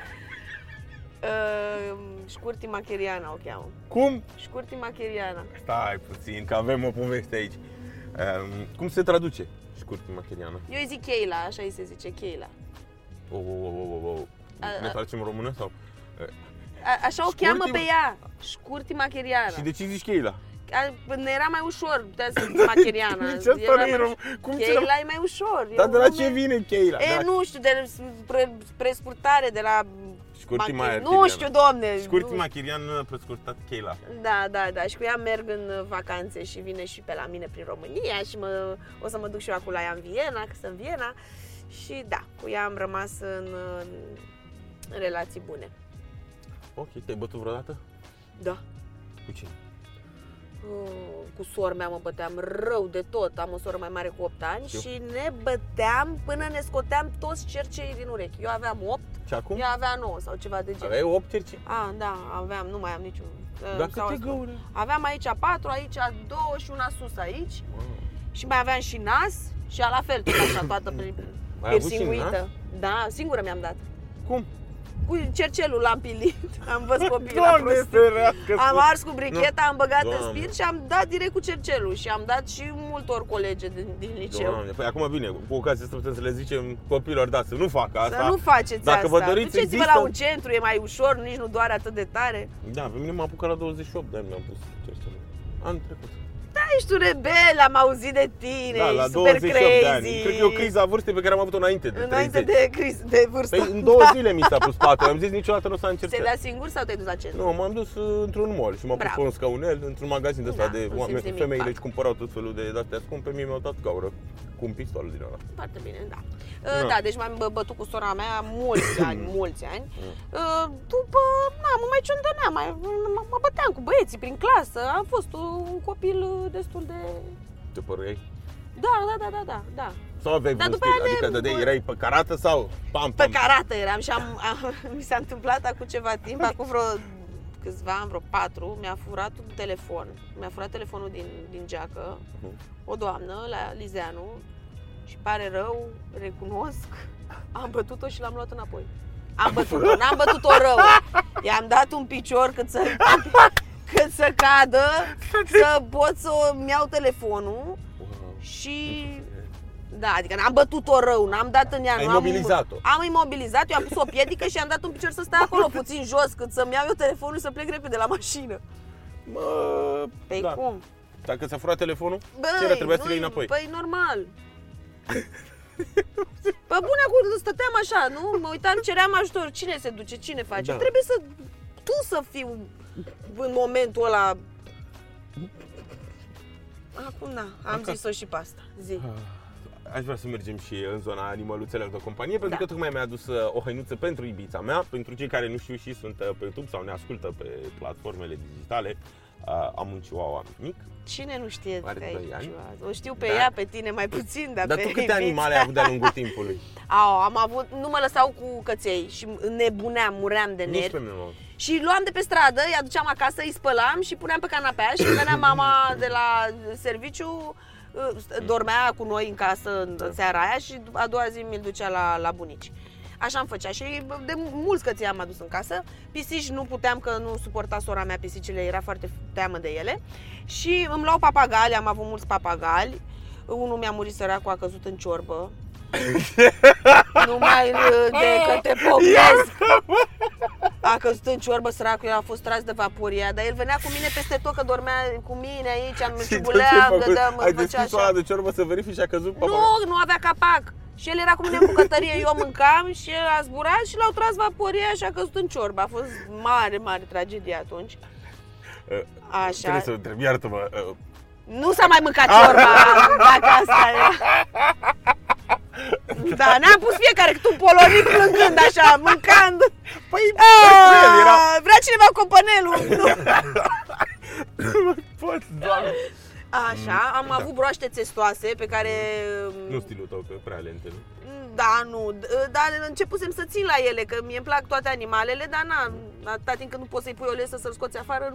Speaker 2: Uh, Șcurti Macheriana o cheamă.
Speaker 1: Cum?
Speaker 2: Șcurti Macheriana.
Speaker 1: Stai puțin, că avem o poveste aici. Um, cum se traduce șcurtul macheriană?
Speaker 2: Eu îi zic Cheila, așa îi se zice, Cheila.
Speaker 1: Oh, oh, oh, oh, oh, oh.
Speaker 2: A-
Speaker 1: Ne
Speaker 2: a-
Speaker 1: facem română sau?
Speaker 2: A, așa o
Speaker 1: Scurti-
Speaker 2: cheamă pe ea, Șcurti Macheriana. Da,
Speaker 1: Și de ce zici Cheila?
Speaker 2: a- ne era mai ușor, puteam să zic macheriana.
Speaker 1: Nici asta nu e rom- cum ți l-am-
Speaker 2: Cheila e mai ușor. e
Speaker 1: Dar
Speaker 2: un
Speaker 1: de la
Speaker 2: nume-
Speaker 1: ce vine Da, Cheila?
Speaker 2: E, nu știu, de pre, prescurtare, de la...
Speaker 1: Scurti mai
Speaker 2: macher- Nu
Speaker 1: Chiriana.
Speaker 2: știu, domne.
Speaker 1: Scurt
Speaker 2: nu-
Speaker 1: Machirian nu a prescurtat Cheila.
Speaker 2: Da, da, da. Și cu ea merg în uh, vacanțe și vine și pe la mine prin România și mă, o să mă duc și eu acolo la ea în Viena, că sunt în Viena. Și da, cu ea am rămas în, uh, în relații bune.
Speaker 1: Ok, te-ai bătut vreodată?
Speaker 2: Da.
Speaker 1: Cu cine?
Speaker 2: Uh, Cu sora mea mă băteam rău de tot. Am o soră mai mare cu 8 ani
Speaker 1: Știu.
Speaker 2: și ne băteam până ne scoteam toți cerceii din urechi. Eu aveam 8,
Speaker 1: Și acum?
Speaker 2: ea avea 9 sau ceva de genul.
Speaker 1: Aveai 8 cerci?
Speaker 2: A, da, aveam, nu mai am niciun. uh,
Speaker 1: Dar
Speaker 2: sau
Speaker 1: câte
Speaker 2: asta.
Speaker 1: găuri?
Speaker 2: Aveam aici 4, aici 2 și una sus aici. Și mai aveam și nas și la fel, tot așa, toată prin
Speaker 1: Ai avut și nas?
Speaker 2: piercinguită. Da, singură mi-am dat.
Speaker 1: Cum?
Speaker 2: Cu cercelul l-am pilit, am văzut copiii la
Speaker 1: Doamne
Speaker 2: prostii.
Speaker 1: ferească!
Speaker 2: Am
Speaker 1: să-
Speaker 2: ars cu bricheta, am băgat în
Speaker 1: Doamne.
Speaker 2: spirit și am dat direct cu cercelul și am dat și multor colege din, din liceu.
Speaker 1: Doamne, păi acum bine, cu ocazia asta putem să le zicem copilor, da, să nu facă asta.
Speaker 2: Să nu faceți
Speaker 1: Dacă
Speaker 2: asta.
Speaker 1: vă doriți,
Speaker 2: Duceți-vă
Speaker 1: există-
Speaker 2: la un centru, e mai ușor, nici nu doare atât de tare.
Speaker 1: Da, pe mine m-a apucat la 28 de ani, mi-am pus cercele. Am trecut.
Speaker 2: Ești un rebel, am auzit de tine,
Speaker 1: da,
Speaker 2: ești
Speaker 1: la
Speaker 2: super
Speaker 1: 28
Speaker 2: crazy.
Speaker 1: de ani. Cred că e o criză a vârstei pe care am avut-o înainte de
Speaker 2: Înainte
Speaker 1: 30.
Speaker 2: de, criz, de vârstă.
Speaker 1: Păi în două zile mi s-a pus patul, am zis niciodată nu o să am
Speaker 2: Ți-ai
Speaker 1: cercel.
Speaker 2: dat singur sau te-ai dus la centru?
Speaker 1: Nu, m-am dus uh, într-un mall și m-am pus
Speaker 2: da- Bravo.
Speaker 1: pe un scaunel, într-un magazin de ăsta
Speaker 2: Da,
Speaker 1: de
Speaker 2: nu simți
Speaker 1: oameni,
Speaker 2: nimic,
Speaker 1: femeile
Speaker 2: fac.
Speaker 1: își cumpărau tot felul de astea scumpe, mie mi-au dat gaură cu un pistol din ăla.
Speaker 2: Foarte bine, da.
Speaker 1: Da.
Speaker 2: Da, da deci m-am bă- bătut cu sora mea mulți ani, mulți ani. Uh, După, na, mă mai ciondăneam, mai, mă- mă băteam cu băieții prin clasă. Am fost un copil uh, destul de...
Speaker 1: Te păruiai?
Speaker 2: Da, da, da, da, da, da.
Speaker 1: Sau aveai
Speaker 2: Dar
Speaker 1: vreun
Speaker 2: după
Speaker 1: stil?
Speaker 2: aia
Speaker 1: Adică
Speaker 2: ne-
Speaker 1: dădeai, erai pe carată sau pam,
Speaker 2: Pe
Speaker 1: pam?
Speaker 2: carată eram și am, am, mi s-a întâmplat acum ceva timp, acum vreo câțiva ani, vreo patru, mi-a furat un telefon. Mi-a furat telefonul din, din geacă,
Speaker 1: Mhm.
Speaker 2: o doamnă la Lizeanu și pare rău, recunosc, am bătut-o și l-am luat înapoi. Am bătut-o, n-am bătut-o rău. I-am dat un picior cât să, cât să cadă, să pot să-mi iau telefonul
Speaker 1: Wow.
Speaker 2: și da, adică n-am bătut-o rău, n-am dat în ea.
Speaker 1: Ai
Speaker 2: nu am-
Speaker 1: imobilizat-o.
Speaker 2: Am imobilizat, eu am pus o piedică și am dat un picior să stea acolo puțin jos, cât să-mi iau eu telefonul și să plec repede la mașină.
Speaker 1: Mă,
Speaker 2: Pe
Speaker 1: da.
Speaker 2: Păi cum?
Speaker 1: Dacă ți-a furat telefonul,
Speaker 2: Băi,
Speaker 1: ce era, trebuia să le
Speaker 2: nu-i-
Speaker 1: iei înapoi?
Speaker 2: Păi normal. Pe bune, acum stăteam așa, nu? Mă uitam, ceream ajutor. Cine se duce? Cine face?
Speaker 1: Da.
Speaker 2: Trebuie să... Tu să fiu în momentul ăla... Acum, na, am zis-o și pe asta. Zi.
Speaker 1: Aș vrea să mergem și în zona animăluțelor de companie, pentru
Speaker 2: Da.
Speaker 1: că tocmai mi-a adus uh, o hăinuță pentru ibița mea. Pentru cei care nu știu și sunt uh, pe YouTube sau ne ascultă pe platformele digitale, uh, am un chihuahua mic.
Speaker 2: Cine nu știe
Speaker 1: Are
Speaker 2: că ai
Speaker 1: doi ani.
Speaker 2: ceva? O știu pe
Speaker 1: Da.
Speaker 2: ea, pe tine mai puțin, dar,
Speaker 1: Dar
Speaker 2: Da, pe
Speaker 1: tu câte
Speaker 2: Ivița-
Speaker 1: animale ai avut de-a lungul timpului?
Speaker 2: Au, am avut, nu mă lăsau cu căței și nebuneam, muream de
Speaker 1: Nici pe
Speaker 2: nervi.
Speaker 1: mine nu.
Speaker 2: Și luam de pe stradă, îi aduceam acasă, îi spălam și puneam pe canapea și venea mama de la serviciu, ă, dormea cu noi în casă în
Speaker 1: Da.
Speaker 2: seara aia și a doua zi mi-l ducea la, la bunici. Așa am făcea și de mulți căței am adus în casă. Pisici nu puteam că nu suporta sora mea pisicile, era foarte teamă de ele. Și îmi luau papagali, am avut mulți papagali. Unul mi-a murit săracul, a căzut în ciorbă. nu mai râde că te pocnesc! A căzut în ciorbă, săracul, el a fost tras de vaporia, dar el venea cu mine peste tot, că dormea cu mine aici, îmi ciubuleam, gădeam, îmi
Speaker 1: Ai
Speaker 2: făcea
Speaker 1: deschis
Speaker 2: așa.
Speaker 1: oala de ciorbă să verifici și a căzut papa.
Speaker 2: Nu, nu avea capac. Și el era cu mine în bucătărie, eu mâncam și el a zburat și l-au tras vaporia și a căzut în ciorbă. A fost mare, mare tragedie atunci.
Speaker 1: Uh,
Speaker 2: Așa.
Speaker 1: Trebuie să întreb, iartă-mă. uh,
Speaker 2: Nu s-a mai mâncat ciorba, dacă asta era. Da, ne-am pus fiecare cât un polonic plângând așa, mâncând.
Speaker 1: Păi,
Speaker 2: Ah,
Speaker 1: el era...
Speaker 2: Vrea cineva copanelul. Nu.
Speaker 1: Nu pot, Păi, doamne.
Speaker 2: Așa, am avut broaște țestoase pe care... um,
Speaker 1: Nu stilul tău, că e prea lente, nu?
Speaker 2: Da, nu, d- dar începusem să țin la ele, că mie îmi plac toate animalele, dar na, atâta timp când nu poți să-i pui o lesă să-l scoți afară,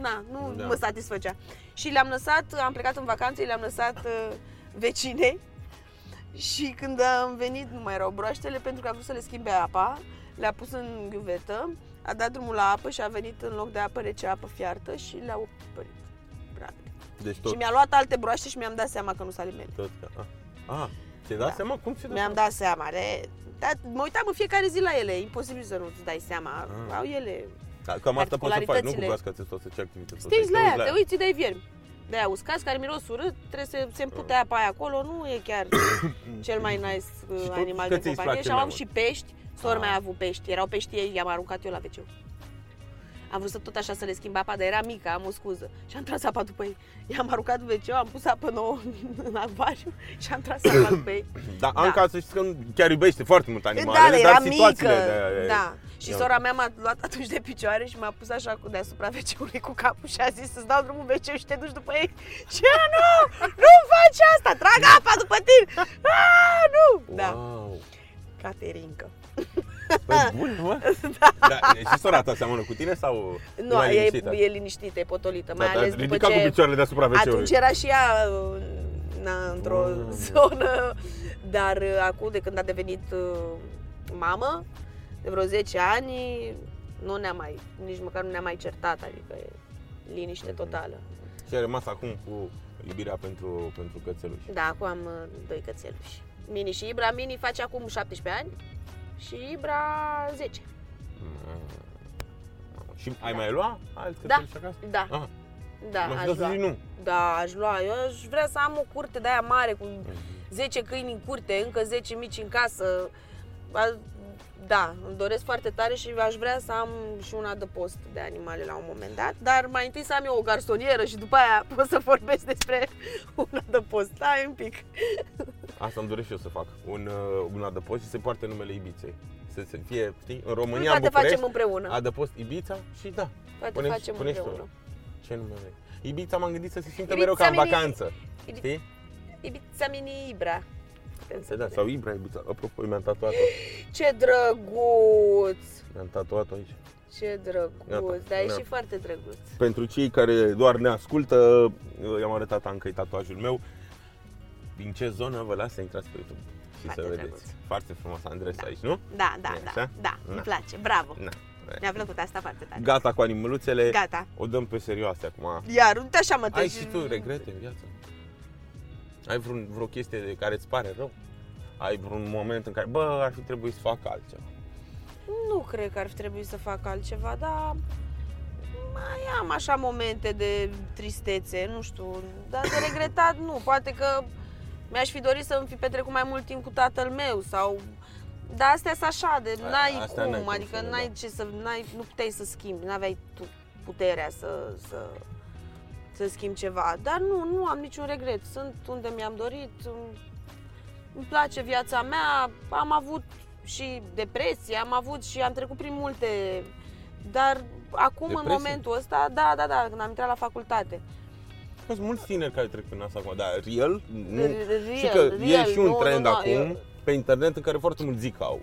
Speaker 2: na, nu
Speaker 1: Da.
Speaker 2: mă satisfăcea. Și le-am lăsat, am plecat în vacanță, le-am lăsat uh, vecinei și când am venit nu mai erau broaștele pentru că a vrut să le schimbe apa, le-a pus în ghiuvetă, a dat drumul la apă și a venit în loc de apă rece, apă fiartă și le-a oprit. Practic.
Speaker 1: Deci
Speaker 2: Și
Speaker 1: tot,
Speaker 2: mi-a luat alte broaște și mi-am dat seama că nu sunt ale mele.
Speaker 1: tot. ca- Ah, ah, ți-ai dat
Speaker 2: Da.
Speaker 1: seama? Cum ți-ai dat
Speaker 2: Mi-am
Speaker 1: seama?
Speaker 2: dat seama, le... Dar mă uitam în fiecare zi la ele, imposibil să nu-ți dai seama,
Speaker 1: Ah.
Speaker 2: au ele...
Speaker 1: Ca- Cam asta poți să faci, nu
Speaker 2: Particularitățile.
Speaker 1: cumva să cați toate aceste activități.
Speaker 2: Stingi
Speaker 1: Te
Speaker 2: la
Speaker 1: uiți
Speaker 2: ea, te uiți, îi dai viermi. De aia uscați, care miros urât, trebuie să se împute apa aia acolo, nu e chiar cel mai nice uh,
Speaker 1: Ah. Și tot
Speaker 2: animal
Speaker 1: că
Speaker 2: de
Speaker 1: ți-i
Speaker 2: companie.
Speaker 1: place
Speaker 2: Și
Speaker 1: mai
Speaker 2: am avut
Speaker 1: mult.
Speaker 2: și pești, sora
Speaker 1: Ah.
Speaker 2: mea a avut pești, erau pești ei, i-am aruncat eu la wc Am vrut să tot așa să le schimb apa, dar era mică, am o scuză. Și am tras apa după ei. I-am aruncat wc am pus apă nouă în, în acvariu și am tras apa după ei.
Speaker 1: Dar
Speaker 2: Da.
Speaker 1: Anca, să știți că nu- chiar iubește foarte mult
Speaker 2: Da,
Speaker 1: animalele,
Speaker 2: era
Speaker 1: dar
Speaker 2: mică.
Speaker 1: situațiile de...
Speaker 2: Da. Și
Speaker 1: Ia
Speaker 2: sora mea m-a luat atunci de picioare și m-a pus așa cu deasupra wc cu capul și a zis să-ți dau drumul wc și te duci după ei. Și eu, nu, nu faci asta, trag apa după tine. Ah, nu. Da,
Speaker 1: Wow.
Speaker 2: Caterinca.
Speaker 1: Păi bun, mă? Da. Și sora ta seamănă cu tine sau e
Speaker 2: Nu,
Speaker 1: mai
Speaker 2: e,
Speaker 1: liniștită?
Speaker 2: e liniștită, e potolită, mai
Speaker 1: Da,
Speaker 2: ales
Speaker 1: dar
Speaker 2: după
Speaker 1: ridicat cu
Speaker 2: ce...
Speaker 1: picioarele deasupra wc
Speaker 2: Atunci era și ea uh, na, într-o
Speaker 1: Mm.
Speaker 2: zonă, dar uh, acum de când a devenit uh, mamă, de vreo 10 ani, nu ne-a mai, nici măcar nu ne-a mai certat, adică e liniște totală.
Speaker 1: Și a rămas acum cu iubirea pentru, pentru cățeluși.
Speaker 2: Da, acum am uh, doi cățeluși. Mini și Ibra, Mini face acum 17 ani și Ibra 10.
Speaker 1: Mm. Și ai
Speaker 2: Da.
Speaker 1: mai lua alți
Speaker 2: Da.
Speaker 1: cățeluși acasă?
Speaker 2: Da,
Speaker 1: Ah,
Speaker 2: da,
Speaker 1: m-aș
Speaker 2: aș
Speaker 1: da să
Speaker 2: lua.
Speaker 1: zici nu.
Speaker 2: Da, aș lua. Eu aș vrea să am o curte de aia mare cu 10 câini în curte, încă 10 mici în casă. A- Da, îmi doresc foarte tare și aș vrea să am și un adăpost de animale la un moment dat, dar mai întâi să am eu o garsonieră și după aia pot să vorbesc despre un adăpost. Stai un pic.
Speaker 1: Asta îmi doresc și eu să fac. Un, uh, un adăpost și se poartă numele Ibiței. Să se fie, știi, în
Speaker 2: Nu
Speaker 1: România, în
Speaker 2: poate facem
Speaker 1: București,
Speaker 2: împreună.
Speaker 1: adăpost Ibița și da,
Speaker 2: Poate
Speaker 1: puneți-
Speaker 2: facem
Speaker 1: puneți tu.
Speaker 2: împreună.
Speaker 1: ce nume vrei. Ibița m-am gândit să se simtă
Speaker 2: Ibița
Speaker 1: mereu ca în
Speaker 2: mini-
Speaker 1: vacanță,
Speaker 2: Ibi-
Speaker 1: știi?
Speaker 2: Ibița mini Ibra.
Speaker 1: Se da, sau Ibra Ibița. Apropo, mi-am tatuat-o.
Speaker 2: Ce drăguț!
Speaker 1: Mi-am tatuat-o aici.
Speaker 2: Ce
Speaker 1: Gata,
Speaker 2: drăguț! Dar e
Speaker 1: gata.
Speaker 2: și foarte drăguț.
Speaker 1: Pentru cei care doar ne ascultă, uh, i-am arătat Ancăi tatuajul meu. Din ce zonă vă las să intrați pe YouTube și
Speaker 2: Foarte
Speaker 1: să vedeți.
Speaker 2: drăguț.
Speaker 1: Foarte frumos Andres
Speaker 2: Da.
Speaker 1: aici, nu?
Speaker 2: Da, da,
Speaker 1: E
Speaker 2: da,
Speaker 1: așa?
Speaker 2: da,
Speaker 1: Da.
Speaker 2: îmi place, bravo!
Speaker 1: Na.
Speaker 2: Mi-a plăcut asta foarte tare.
Speaker 1: Gata cu animăluțele.
Speaker 2: Da. Gata.
Speaker 1: O dăm pe serioase acum.
Speaker 2: Iar, uite așa mă
Speaker 1: Ai
Speaker 2: treci-
Speaker 1: și tu regrete în viață? Ai vreun, vreo chestie de care îți pare rău? Ai vreun moment în care, bă, ar fi trebuit să fac altceva?
Speaker 2: Nu cred că ar fi trebuit să fac altceva, dar mai am așa momente de tristețe, nu știu, dar de regretat nu. Poate că mi-aș fi dorit să îmi fi petrecut mai mult timp cu tatăl meu sau dar astea sunt așa, de
Speaker 1: A-
Speaker 2: n-ai
Speaker 1: astea
Speaker 2: cum,
Speaker 1: n-ai cum
Speaker 2: adică
Speaker 1: să le-
Speaker 2: n-ai
Speaker 1: da.
Speaker 2: ce să, n-ai, nu puteai să schimbi, n-aveai tu puterea să, să, să schimbi ceva. Dar nu, nu am niciun regret, sunt unde mi-am dorit, îmi- îmi place viața mea, am avut și depresie, am avut și am trecut prin multe, dar acum,
Speaker 1: Depresie?
Speaker 2: în momentul ăsta, da, da, da, când am intrat la facultate.
Speaker 1: Sunt mulți tineri care trec prin asta acum, dar real, nu.
Speaker 2: Real,
Speaker 1: și că
Speaker 2: real,
Speaker 1: e și un
Speaker 2: nu,
Speaker 1: trend
Speaker 2: nu, nu,
Speaker 1: acum
Speaker 2: eu-
Speaker 1: pe internet în care foarte mulți zic că au.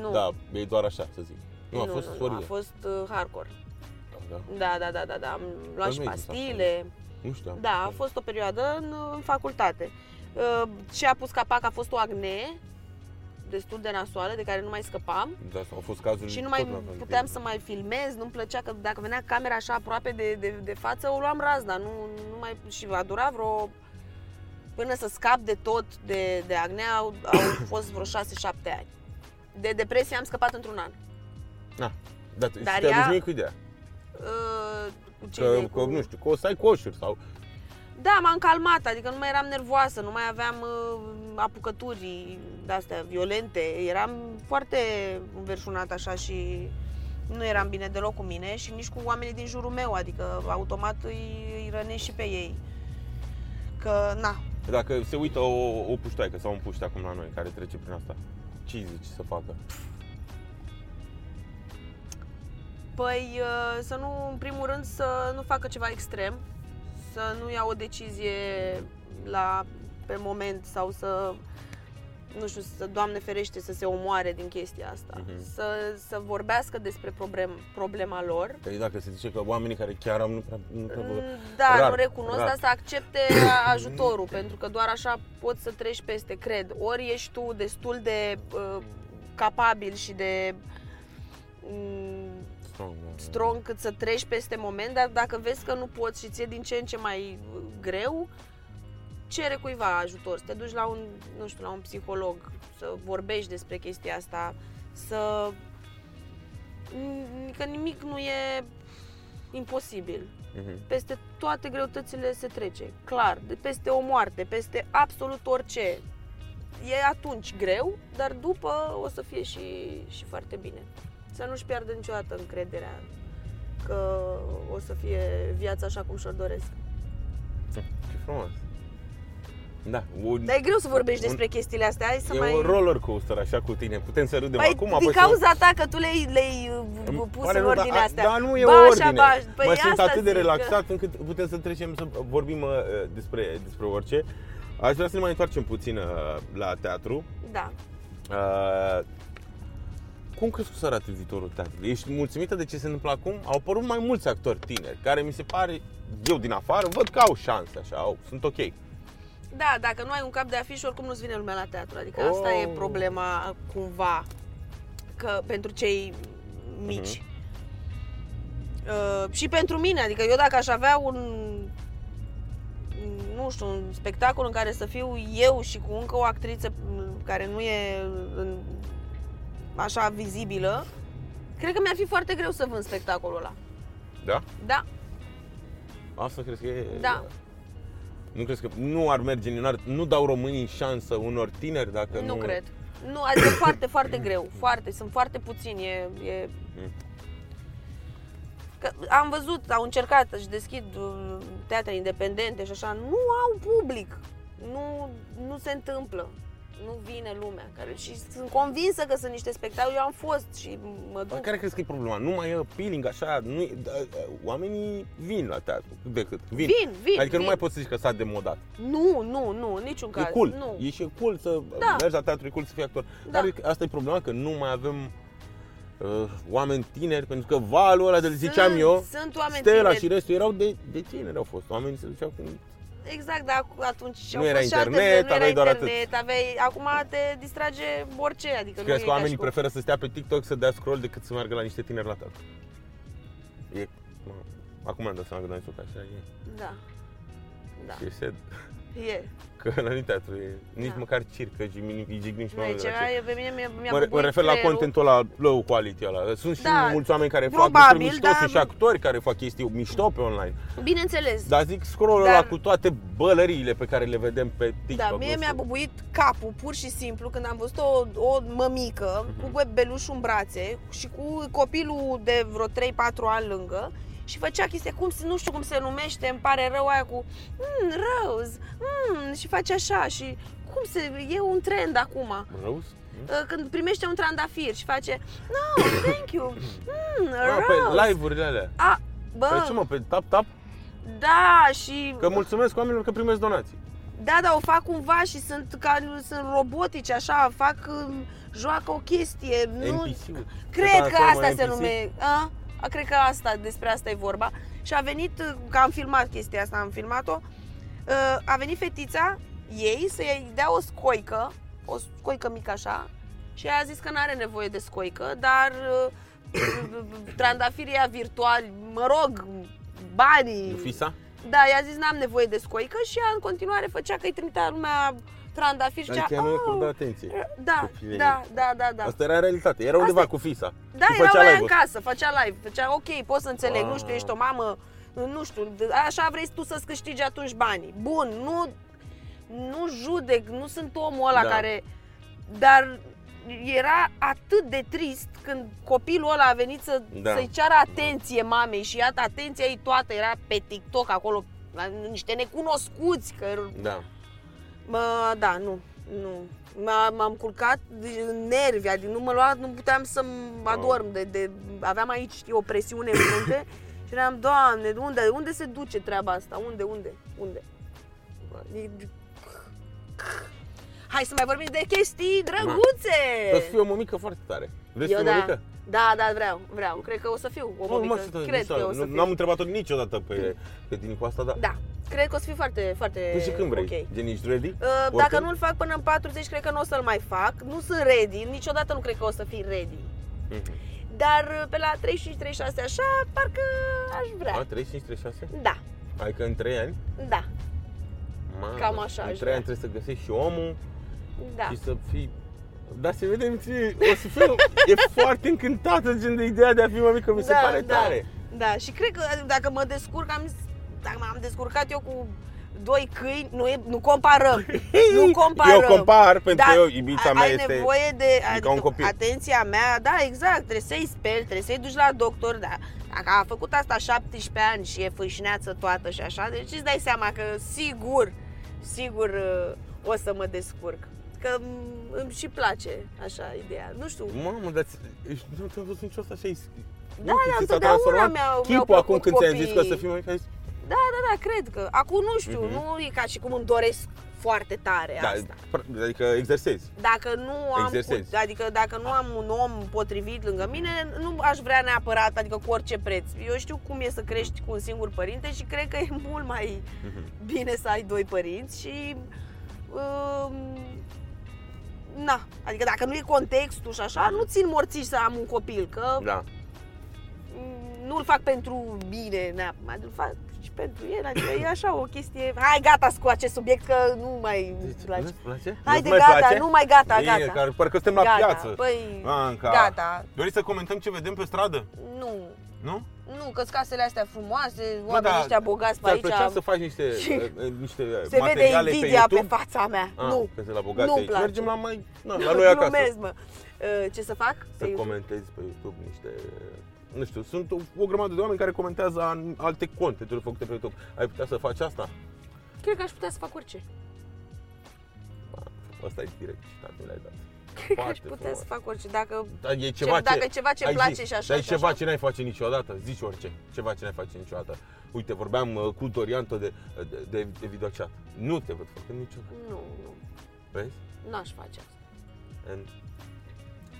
Speaker 2: Nu,
Speaker 1: Da, e doar așa să zic. Nu, a fost
Speaker 2: nu, nu, a
Speaker 1: sorie.
Speaker 2: fost uh, hardcore.
Speaker 1: Da.
Speaker 2: Da, da, da, da, da. Am luat
Speaker 1: Păi
Speaker 2: și
Speaker 1: nu exista
Speaker 2: pastile.
Speaker 1: Nu știam.
Speaker 2: Da, a fost o perioadă în, în facultate. Uh, Ce a pus capac a fost o acne destul de nasoală, de care nu mai scăpam.
Speaker 1: Da, au fost cazuri
Speaker 2: Și nu mai
Speaker 1: tot n-aveam
Speaker 2: puteam
Speaker 1: timp.
Speaker 2: să mai filmez, nu-mi plăcea că dacă venea camera așa aproape de, de, de față, o luam razna. Nu, nu mai, și a durat vreo... Până să scap de tot de, de acne au, au fost vreo 6-7 ani. De depresie am scăpat într-un an.
Speaker 1: Da, tu- și
Speaker 2: Dar
Speaker 1: te-ai
Speaker 2: ea-
Speaker 1: obișnuit cu ideea.
Speaker 2: Uh, cu cei
Speaker 1: Că,
Speaker 2: de-
Speaker 1: că, nu știu, că o să ai coșuri sau...
Speaker 2: Da, m-am calmat, adică nu mai eram nervoasă, nu mai aveam uh, apucături de-astea violente, eram foarte înverșunat așa și nu eram bine deloc cu mine și nici cu oamenii din jurul meu, adică automat îi, îi rănești și pe ei. Că, na,
Speaker 1: Dacă se uită o, o puștoaică sau un puște acum la noi care trece prin asta, ce îi zici să facă?
Speaker 2: Păi uh, să nu, în primul rând, să nu facă ceva extrem, să nu ia o decizie la, pe moment sau să, nu știu, să, Doamne ferește, să se omoare din chestia asta.
Speaker 1: Mhm.
Speaker 2: Să, să vorbească despre problem, problema lor.
Speaker 1: Că Păi dacă se zice că oamenii care chiar am nu prea... Nu prea vă...
Speaker 2: Da,
Speaker 1: Rar,
Speaker 2: nu recunosc,
Speaker 1: rar.
Speaker 2: dar să accepte ajutorul, pentru că doar așa poți să treci peste, cred. Ori ești tu destul de uh, capabil și de mm,
Speaker 1: Strong, da.
Speaker 2: strong cât să treci peste moment, dar dacă vezi că nu poți și ție din ce în ce mai uh, greu, cere cuiva ajutor, să te duci la un, nu știu, la un psiholog, să vorbești despre chestia asta, să n- că nimic nu e imposibil.
Speaker 1: Mhm.
Speaker 2: Peste toate greutățile se trece, clar, de peste o moarte, peste absolut orice. E atunci greu, dar după o să fie și, și foarte bine. Să nu-și piardă niciodată încrederea că o să fie viața așa cum și-o doresc.
Speaker 1: Ce frumos. Da, un,
Speaker 2: Dar e greu să vorbești
Speaker 1: Un-
Speaker 2: despre chestiile astea, hai să
Speaker 1: e
Speaker 2: mai...
Speaker 1: un roller coaster așa cu tine. Putem să râdem
Speaker 2: Păi,
Speaker 1: acum,
Speaker 2: din
Speaker 1: apoi să...
Speaker 2: cauza ta că tu le-ai, le-ai uh,
Speaker 1: Îmi
Speaker 2: pus
Speaker 1: pare
Speaker 2: în
Speaker 1: rău, dar-
Speaker 2: ordine
Speaker 1: a-
Speaker 2: astea.
Speaker 1: Dar nu e
Speaker 2: Ba,
Speaker 1: o
Speaker 2: așa,
Speaker 1: ordine.
Speaker 2: ba, păi
Speaker 1: mă sunt
Speaker 2: asta
Speaker 1: atât de
Speaker 2: zic, că-
Speaker 1: relaxat încât putem să trecem să vorbim uh, despre, despre orice. Aș vrea să ne mai întoarcem puțin uh, la teatru.
Speaker 2: Da.
Speaker 1: Uh, cum crezi că o să arate viitorul teatrului? Ești mulțumită de ce se întâmplă acum? Au apărut mai mulți actori tineri, care mi se pare, eu din afară, văd că au șanse, așa, au, sunt ok.
Speaker 2: Da, dacă nu ai un cap de afiș, oricum nu-ți vine lumea la teatru. Adică
Speaker 1: Oh.
Speaker 2: oh. asta e problema cumva că pentru cei mici. Uh, și pentru mine, adică eu dacă aș avea un nu știu, un spectacol în care să fiu eu și cu încă o actriță m, care nu e în, așa vizibilă, cred că mi-ar fi foarte greu să vând spectacolul ăla.
Speaker 1: Da?
Speaker 2: Da,
Speaker 1: Asta crezi că e...
Speaker 2: da.
Speaker 1: Nu crezi că nu ar merge, nu, ar, nu dau românii șansă unor tineri dacă nu...
Speaker 2: Nu cred. Nu, adică foarte, foarte greu. Foarte, sunt foarte puțini. E, e...
Speaker 1: Mm.
Speaker 2: Că am văzut, au încercat să-și deschid uh, teatre independente și așa. Nu au public. Nu, nu se întâmplă. Nu vine lumea. Care, și sunt convinsă că sunt niște spectacole. Eu am fost și mă
Speaker 1: Dar
Speaker 2: duc.
Speaker 1: care crezi că e problema? Nu mai e peeling așa, nu e- da, da, oamenii vin la teatru, cât de cât, vin.
Speaker 2: Vin, vin,
Speaker 1: adică nu
Speaker 2: vin.
Speaker 1: mai poți să zici că s-a demodat.
Speaker 2: Nu, nu, nu, în niciun caz.
Speaker 1: e cool,
Speaker 2: Nu.
Speaker 1: e și cool să
Speaker 2: Da.
Speaker 1: mergi la teatru, e cool să fii actor.
Speaker 2: Da.
Speaker 1: Dar asta e problema, că nu mai avem uh, oameni tineri, pentru că valul ăla de ziceam
Speaker 2: sunt,
Speaker 1: eu,
Speaker 2: sunt oameni
Speaker 1: Stela
Speaker 2: tineri.
Speaker 1: și restul erau de, de tineri au fost, oamenii se duceau cu...
Speaker 2: Exact, dar acu- atunci
Speaker 1: Nu
Speaker 2: au
Speaker 1: era
Speaker 2: fost și alte
Speaker 1: internet,
Speaker 2: zone, nu
Speaker 1: aveai
Speaker 2: era
Speaker 1: doar atât.
Speaker 2: internet, aveai, acum te distrage orice, adică nu
Speaker 1: Crezi
Speaker 2: e
Speaker 1: că
Speaker 2: ca
Speaker 1: oamenii
Speaker 2: și cum-
Speaker 1: preferă să stea pe TikTok să dea scroll decât să meargă la niște tineri la teatru? E... mă, Acum am dat seama că n-am zis-o, că așa e.
Speaker 2: Da. Da.
Speaker 1: Și E sad.
Speaker 2: E.
Speaker 1: Că la nici teatru e, nici
Speaker 2: Da.
Speaker 1: măcar circ, că jigni- îi jignim și
Speaker 2: Nu
Speaker 1: mai
Speaker 2: e
Speaker 1: mult de la
Speaker 2: ceva,
Speaker 1: circ.
Speaker 2: e, pe mine mi-a, mi-a
Speaker 1: Mă, re- mă
Speaker 2: bubuit
Speaker 1: refer la
Speaker 2: creierul.
Speaker 1: contentul ăla low quality ăla. Sunt și
Speaker 2: Da,
Speaker 1: mulți oameni care fac
Speaker 2: probabil, da.
Speaker 1: lucruri mișto, sunt și
Speaker 2: dar-
Speaker 1: actori care fac chestii mișto pe online.
Speaker 2: Bineînțeles.
Speaker 1: Dar zic scrollul
Speaker 2: Dar-
Speaker 1: ăla cu toate bălăriile pe care le vedem pe TikTok.
Speaker 2: Da,
Speaker 1: nu
Speaker 2: mie
Speaker 1: știu.
Speaker 2: mi-a bubuit capul, pur și simplu, când am văzut o, o mămică
Speaker 1: Mhm.
Speaker 2: cu bebelușul în brațe și cu copilul de vreo 3-4 ani lângă și făcea chestia, cum, se- nu știu cum se numește, îmi pare rău aia cu mm, Rose, mm, și face așa și cum se, e un trend acum.
Speaker 1: Răus?
Speaker 2: Uh, când primește un trandafir și face No, thank you, mm,
Speaker 1: Ah,
Speaker 2: Rose."
Speaker 1: pe live-urile alea.
Speaker 2: A,
Speaker 1: Pe
Speaker 2: bă,
Speaker 1: ce mă, pe tap-tap?
Speaker 2: da, și
Speaker 1: Că mulțumesc oamenilor că primesc donații.
Speaker 2: da, da, o fac cumva și sunt ca, sunt robotici, așa, fac, um, joacă o chestie. Nu,
Speaker 1: NPC-ul.
Speaker 2: cred că
Speaker 1: transformă
Speaker 2: asta se
Speaker 1: NPC.
Speaker 2: nume, a? A, Cred că asta, despre asta e vorba. Și a venit, uh, că am filmat chestia asta, am filmat-o, uh, a venit fetița ei să-i dea o scoică, o scoică mică așa, și ea a zis că nu are nevoie de scoică, dar uh, trandafiria virtual, mă rog, banii.
Speaker 1: Lufisa?
Speaker 2: Da, i-a zis n-am nevoie de scoică și ea în continuare făcea că îi trimitea lumea trandafir și
Speaker 1: Adică
Speaker 2: zicea,
Speaker 1: ea
Speaker 2: "Au,
Speaker 1: nu acorda atenție.
Speaker 2: da,
Speaker 1: Copilele.
Speaker 2: da, da, da, da.
Speaker 1: Asta era realitate. Era undeva
Speaker 2: Asta
Speaker 1: cu Fisa.
Speaker 2: Da,
Speaker 1: și
Speaker 2: era
Speaker 1: făcea
Speaker 2: aia în
Speaker 1: live-uri.
Speaker 2: casă, făcea live, făcea ok, pot să înțeleg,
Speaker 1: Wow.
Speaker 2: nu știu, ești o mamă, nu știu, așa vrei tu să-ți câștigi atunci banii. Bun, nu, nu judec, nu sunt omul ăla
Speaker 1: Da.
Speaker 2: care... Dar era atât de trist când copilul ăla a venit să,
Speaker 1: Da.
Speaker 2: să-i ceară atenție mamei și iată, atenția ei toată era pe TikTok acolo, la niște necunoscuți, că
Speaker 1: Da.
Speaker 2: Mă, da, nu, nu. M-a- M-am culcat în nervi, adică nu mă lua, nu puteam să mă
Speaker 1: Wow.
Speaker 2: adorm. De, de, aveam aici știi, o presiune în frunte și eram, doamne, de unde, unde se duce treaba asta? Unde, unde, unde? E- Hai să mai vorbim de chestii drăguțe!
Speaker 1: Dar Da. să fie o mămică foarte tare. Vrei să
Speaker 2: Eu
Speaker 1: fii
Speaker 2: da.
Speaker 1: mămică?
Speaker 2: Da, da, vreau, vreau. Cred că o să fiu o
Speaker 1: Nu, mă,
Speaker 2: mămică.
Speaker 1: să te-
Speaker 2: adică, Cred că
Speaker 1: nu,
Speaker 2: o să
Speaker 1: nu- N-am
Speaker 2: fiu.
Speaker 1: întrebat-o niciodată pe, pe tine cu asta, dar...
Speaker 2: Da, cred că o să fiu foarte, foarte
Speaker 1: Până Păi și când vrei.
Speaker 2: ok.
Speaker 1: Gen, ești ready?
Speaker 2: Uh, Dacă nu-l fac până în 40, cred că nu o să-l mai fac. Nu sunt ready, niciodată nu cred că o să fii ready.
Speaker 1: Mhm.
Speaker 2: Dar uh, pe la 35-36 așa, parcă aș
Speaker 1: A,
Speaker 2: vrea.
Speaker 1: 35, 36?
Speaker 2: Da,
Speaker 1: Adică în 3 ani?
Speaker 2: da,
Speaker 1: Mamă,
Speaker 2: Cam așa
Speaker 1: În
Speaker 2: aș
Speaker 1: 3 ani
Speaker 2: vrea.
Speaker 1: trebuie să găsești și omul
Speaker 2: da.
Speaker 1: și să fii Dar se vede în tine, o să fiu, e foarte încântată gen de ideea de a fi mămică, mi se pare tare.
Speaker 2: Da, și cred că dacă mă descurc, am, dacă m-am descurcat eu cu doi câini, nu, e, nu comparăm. nu comparăm.
Speaker 1: Eu compar, pentru
Speaker 2: Dar
Speaker 1: că eu, iubita
Speaker 2: ai-
Speaker 1: mea
Speaker 2: ai
Speaker 1: este...
Speaker 2: nevoie de
Speaker 1: e ca un copil.
Speaker 2: atenția mea, da, exact, trebuie să-i speli, trebuie să-i duci la doctor, da. Dacă a făcut asta 17 ani și e fâșneață toată și așa, deci îți dai seama că sigur, sigur uh, o să mă descurc. Că mm, îmi și place așa ideea, nu știu.
Speaker 1: Mamă, dar ți- ești- nu te-am văzut niciodată așa is...
Speaker 2: Da, da,
Speaker 1: nu, ți s-a
Speaker 2: întotdeauna
Speaker 1: transformat
Speaker 2: mi-au- mi-au
Speaker 1: Chipul acum
Speaker 2: plăcut
Speaker 1: când ți-am
Speaker 2: copiii.
Speaker 1: zis că o să fii mămică, ai zis,
Speaker 2: Da, da, da, cred că. Acum nu știu,
Speaker 1: Mhm.
Speaker 2: nu e ca și cum îmi doresc foarte tare
Speaker 1: da,
Speaker 2: asta.
Speaker 1: pr- adică exersezi.
Speaker 2: Dacă nu am,
Speaker 1: Exersezi.
Speaker 2: cu, adică dacă nu am un om potrivit lângă mine, nu aș vrea neapărat, adică cu orice preț. Eu știu cum e să crești cu un singur părinte și cred că e mult mai
Speaker 1: Mhm.
Speaker 2: bine să ai doi părinți și um, na, adică dacă nu e contextul și așa, nu țin morțiși să am un copil, că
Speaker 1: Mhm. Da.
Speaker 2: mm, nu-l fac pentru bine, neapărat, îl fac și pentru el, adică e așa o chestie, hai gata cu acest subiect că nu mai îmi
Speaker 1: Deci,
Speaker 2: place.
Speaker 1: Nu-ți place?
Speaker 2: Haide,
Speaker 1: Nu-ți mai
Speaker 2: gata,
Speaker 1: place?
Speaker 2: nu mai gata,
Speaker 1: Bine,
Speaker 2: gata.
Speaker 1: că parcă suntem la
Speaker 2: gata,
Speaker 1: piață. Ah,
Speaker 2: Păi,
Speaker 1: Anca.
Speaker 2: gata.
Speaker 1: Doriți să comentăm ce vedem pe stradă?
Speaker 2: Nu.
Speaker 1: Nu?
Speaker 2: Nu, că casele astea frumoase,
Speaker 1: Bă,
Speaker 2: oamenii
Speaker 1: da,
Speaker 2: ăștia bogați pe
Speaker 1: Ți-ar
Speaker 2: aici.
Speaker 1: plăcea să faci niște,
Speaker 2: Și-
Speaker 1: uh, uh, niște
Speaker 2: se vede
Speaker 1: materiale pe
Speaker 2: invidia pe,
Speaker 1: YouTube?
Speaker 2: fața mea.
Speaker 1: Ah,
Speaker 2: nu.
Speaker 1: Că sunt la bogați
Speaker 2: Nu-mi
Speaker 1: aici.
Speaker 2: place.
Speaker 1: Mergem la mai, na, la noi acasă.
Speaker 2: Glumez, mă. Uh, Ce să fac? Pe
Speaker 1: Să
Speaker 2: YouTube?
Speaker 1: comentezi pe YouTube niște nu știu, sunt o, o grămadă de oameni care comentează an, alte contenturi făcute pe YouTube. Ai putea să faci asta?
Speaker 2: Cred că aș putea să fac orice.
Speaker 1: Ah, Asta e direct citat, mi l-ai dat.
Speaker 2: Cred că aș
Speaker 1: Foarte
Speaker 2: putea
Speaker 1: frumos.
Speaker 2: să fac orice. Dacă
Speaker 1: Dar e ceva
Speaker 2: dacă
Speaker 1: ce,
Speaker 2: ceva ce
Speaker 1: ai
Speaker 2: îmi place
Speaker 1: zis,
Speaker 2: și așa
Speaker 1: Dar e
Speaker 2: și
Speaker 1: ceva
Speaker 2: așa.
Speaker 1: ce n-ai face niciodată, zici orice. Ceva ce n-ai face niciodată. Uite, vorbeam uh, cu Dorian tot de, de, de, de videochat. Nu te văd făcând niciodată.
Speaker 2: nu, nu,
Speaker 1: Vezi?
Speaker 2: n-aș face asta.
Speaker 1: And...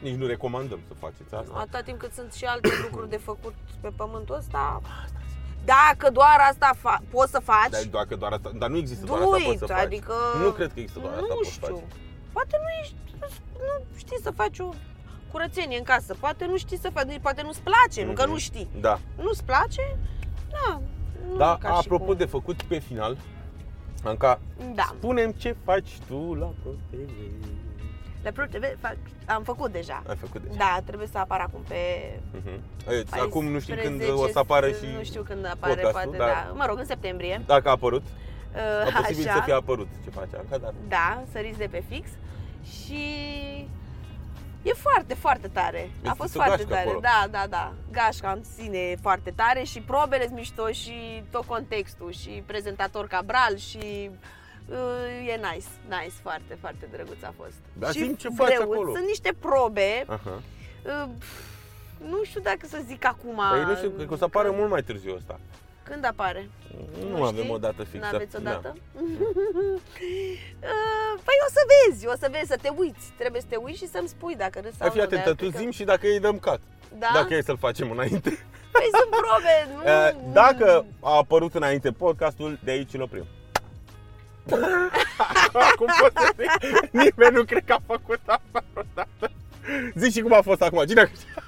Speaker 1: Nici nu recomandăm să faceți asta.
Speaker 2: Atâta timp cât sunt și alte lucruri de făcut pe pământul ăsta, dacă doar asta fa- poți să faci,
Speaker 1: Dar, dacă doar asta, dar nu există doar asta
Speaker 2: Do
Speaker 1: poți să
Speaker 2: it,
Speaker 1: faci.
Speaker 2: adică...
Speaker 1: Nu cred că există doar asta
Speaker 2: Nu
Speaker 1: poți să
Speaker 2: știu.
Speaker 1: faci.
Speaker 2: Poate nu ești, nu știi să faci o curățenie în casă, poate nu știi să faci, poate nu-ți place, nu că
Speaker 1: Mhm.
Speaker 2: nu știi.
Speaker 1: Da.
Speaker 2: Nu-ți place, da, nu
Speaker 1: Da,
Speaker 2: e ca și
Speaker 1: apropo
Speaker 2: cum.
Speaker 1: de făcut pe final, Anca,
Speaker 2: Da,
Speaker 1: spunem ce faci tu la ProTV.
Speaker 2: la Pro TV fac, am făcut deja.
Speaker 1: Ai făcut deja.
Speaker 2: Da, trebuie să apar acum pe
Speaker 1: Mhm. E, Acum nu știu când o să
Speaker 2: 14,
Speaker 1: apară și
Speaker 2: Nu știu când apare,
Speaker 1: podcastul,
Speaker 2: poate,
Speaker 1: dar-
Speaker 2: da. Mă rog, în septembrie.
Speaker 1: dacă a apărut.
Speaker 2: Uh,
Speaker 1: A posibil să fie apărut ce face Anca, dar
Speaker 2: Da, săriți de pe fix și e foarte, foarte tare.
Speaker 1: Deci
Speaker 2: A fost
Speaker 1: sunt o
Speaker 2: foarte
Speaker 1: gașcă
Speaker 2: tare.
Speaker 1: acolo.
Speaker 2: Da, da, da. Gașca în sine e foarte tare și probele sunt mișto și tot contextul și prezentator Cabral și uh, e nice, nice, foarte, foarte drăguț a fost.
Speaker 1: Dar
Speaker 2: și
Speaker 1: zi-mi ce faci
Speaker 2: greu.
Speaker 1: acolo. Ah.
Speaker 2: Sunt niște probe,
Speaker 1: Aha.
Speaker 2: uh, pf, nu știu dacă să zic acum.
Speaker 1: Păi nu știu, cred că o să apară mult mai târziu asta.
Speaker 2: Când apare?
Speaker 1: Nu,
Speaker 2: știi?
Speaker 1: avem o dată fixă.
Speaker 2: N-aveți o
Speaker 1: Da.
Speaker 2: dată? Uh, păi o să vezi, o să vezi, să te uiți. Trebuie să te uiți și să-mi spui dacă râzi sau
Speaker 1: Hai fi
Speaker 2: nu. de
Speaker 1: atentă,
Speaker 2: aia
Speaker 1: tu
Speaker 2: cred că-
Speaker 1: zim și dacă îi dăm cat.
Speaker 2: Da?
Speaker 1: Dacă e să-l facem înainte.
Speaker 2: Păi sunt probe, nu?
Speaker 1: E, Uh, Dacă a apărut înainte podcastul, de aici îl oprim. Acum pot să zic, nimeni nu cred că a făcut asta vreodată. Zici și cum a fost acum, cine a câștigat?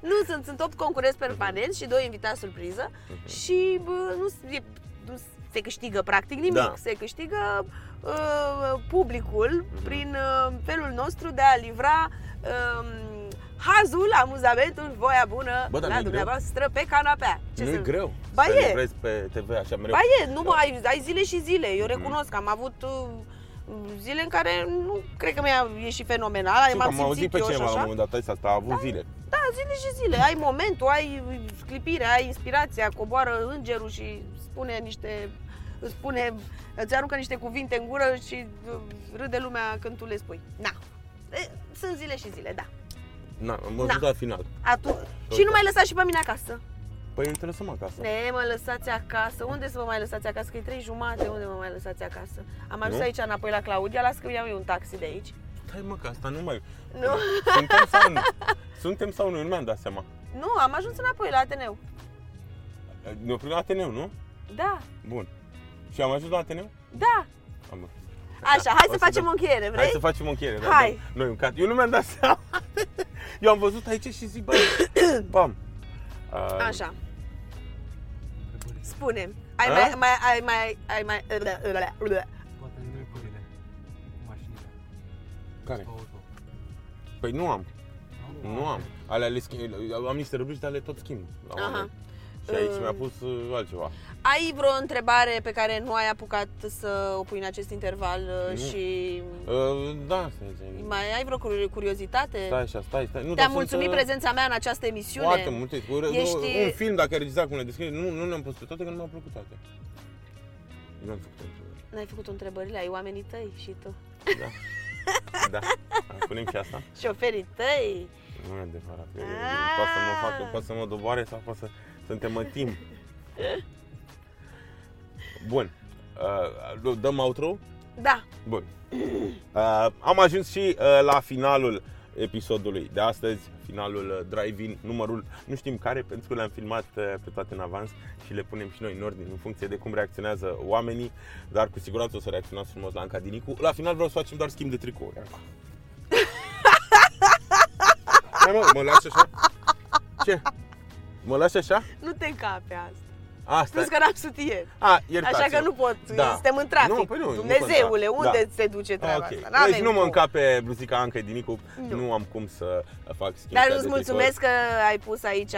Speaker 2: Nu, sunt, sunt 8 concurenți permanenți și doi invitați surpriză
Speaker 1: Mhm.
Speaker 2: și bă, nu, s- e- nu s- se câștigă practic nimic,
Speaker 1: Da.
Speaker 2: se câștigă uh, publicul
Speaker 1: Mhm.
Speaker 2: prin uh, felul nostru de a livra uh, hazul, amuzamentul, voia bună
Speaker 1: Bă, dar
Speaker 2: la
Speaker 1: nu e greu?
Speaker 2: dumneavoastră pe canapea.
Speaker 1: Nu e
Speaker 2: sunt?
Speaker 1: greu
Speaker 2: Ba
Speaker 1: să
Speaker 2: e.
Speaker 1: livrezi pe TV așa mereu.
Speaker 2: Ba e,
Speaker 1: Da.
Speaker 2: nu mă, ai, ai zile și zile. Eu
Speaker 1: Mhm.
Speaker 2: recunosc că am avut uh, zile în care nu cred că mi-a ieșit fenomenal,
Speaker 1: Știu că
Speaker 2: m-am
Speaker 1: am auzit
Speaker 2: simțit
Speaker 1: pe
Speaker 2: eu și
Speaker 1: cineva la un
Speaker 2: așa.
Speaker 1: moment dat, ai asta a avut zile.
Speaker 2: Da, zile și zile. Ai momentul, ai clipire, ai inspirația, coboară îngerul și spune niște îți spune, îți aruncă niște cuvinte în gură și uh, râde lumea când tu le spui. Na. E, Sunt zile și zile, da.
Speaker 1: Na, am văzut
Speaker 2: Da.
Speaker 1: la final.
Speaker 2: Atu- și nu mai lăsați și pe mine acasă.
Speaker 1: Păi îl lăsăm acasă.
Speaker 2: Ne, mă lăsați acasă. Unde să vă mai lăsați acasă? Că e trei jumate, unde mă mai lăsați acasă? Am ajuns
Speaker 1: Nu?
Speaker 2: aici înapoi la Claudia, las că îmi iau eu un taxi de aici.
Speaker 1: Stai mă, că asta nu mai...
Speaker 2: Nu,
Speaker 1: Suntem sau nu? Suntem sau nu? Nu mi-am dat seama.
Speaker 2: nu am ajuns înapoi la Ateneu.
Speaker 1: Ne oprim la Ateneu, nu?
Speaker 2: Da,
Speaker 1: Bun. Și am ajuns la Ateneu?
Speaker 2: da.
Speaker 1: Am
Speaker 2: Așa, hai
Speaker 1: Da, O
Speaker 2: să
Speaker 1: să
Speaker 2: facem
Speaker 1: dăm-
Speaker 2: o încheiere, vrei?
Speaker 1: Hai să facem o încheiere. da,
Speaker 2: Hai.
Speaker 1: dăm Noi un cat. Eu nu mi-am dat seama. Eu am văzut aici și zic, bă, bam. Uh,
Speaker 2: Așa. Spune. Ai
Speaker 1: A?
Speaker 2: mai, mai, ai mai, ai mai... blă, blă, blă.
Speaker 3: Poate nu-i pârile. Mașinile.
Speaker 1: Care?
Speaker 3: Auto.
Speaker 1: Păi nu am. Nu am. Ale, ale schimb, am niște rubrici, dar le tot schimb. La
Speaker 2: Aha.
Speaker 1: oameni. Și aici
Speaker 2: Uh.
Speaker 1: mi-a pus uh, altceva.
Speaker 2: Ai vreo întrebare pe care nu ai apucat să o pui în acest interval uh,
Speaker 1: Nu.
Speaker 2: și
Speaker 1: Uh, Da, stai, stai.
Speaker 2: mai ai vreo curio- curiozitate?
Speaker 1: Stai așa, stai, stai. Nu, dar
Speaker 2: Te-am
Speaker 1: sunt,
Speaker 2: mulțumit
Speaker 1: uh,
Speaker 2: prezența mea în această emisiune.
Speaker 1: Foarte multe. Cu-
Speaker 2: Ești-
Speaker 1: Un film, dacă ai regizat cum le descrie, nu, nu le-am pus pe toate, că nu mi-au plăcut toate. Nu am făcut întrebări.
Speaker 2: N-ai făcut întrebările, ai oamenii tăi și tu.
Speaker 1: Da. da. Punem și asta.
Speaker 2: Șoferii tăi.
Speaker 1: Nu e adevărat. că
Speaker 2: Ah.
Speaker 1: Poate să mă facă, poate să mă doboare sau poate să, să întemătim. Bun. Uh, dăm outro?
Speaker 2: Da,
Speaker 1: Bun. Uh, am ajuns și uh, la finalul episodului de astăzi, finalul uh, drive-in, numărul nu știm care, pentru că le-am filmat uh, pe toate în avans și le punem și noi în ordine în funcție de cum reacționează oamenii, dar cu siguranță o să reacționați frumos la Anca Dinicu. La final vreau să facem doar schimb de tricouri.
Speaker 2: Da.
Speaker 1: acum. Hai mă, mă lași așa? Ce? Mă lași așa?
Speaker 2: nu te încape asta.
Speaker 1: Asta.
Speaker 2: Plus că n-am sutier.
Speaker 1: A,
Speaker 2: Așa
Speaker 1: iertați-mă.
Speaker 2: că nu pot,
Speaker 1: Da.
Speaker 2: suntem în trafic.
Speaker 1: Nu, păi nu, nu
Speaker 2: Dumnezeule,
Speaker 1: contează.
Speaker 2: unde
Speaker 1: Da.
Speaker 2: se duce treaba
Speaker 1: Ok.
Speaker 2: asta?
Speaker 1: Deci
Speaker 2: N-avem
Speaker 1: nu mă
Speaker 2: cum.
Speaker 1: încap pe bluzica Anca Dinicu, nu.
Speaker 2: Nu.
Speaker 1: nu am cum să fac schimb.
Speaker 2: Dar
Speaker 1: de
Speaker 2: îți
Speaker 1: tricou.
Speaker 2: mulțumesc că ai pus aici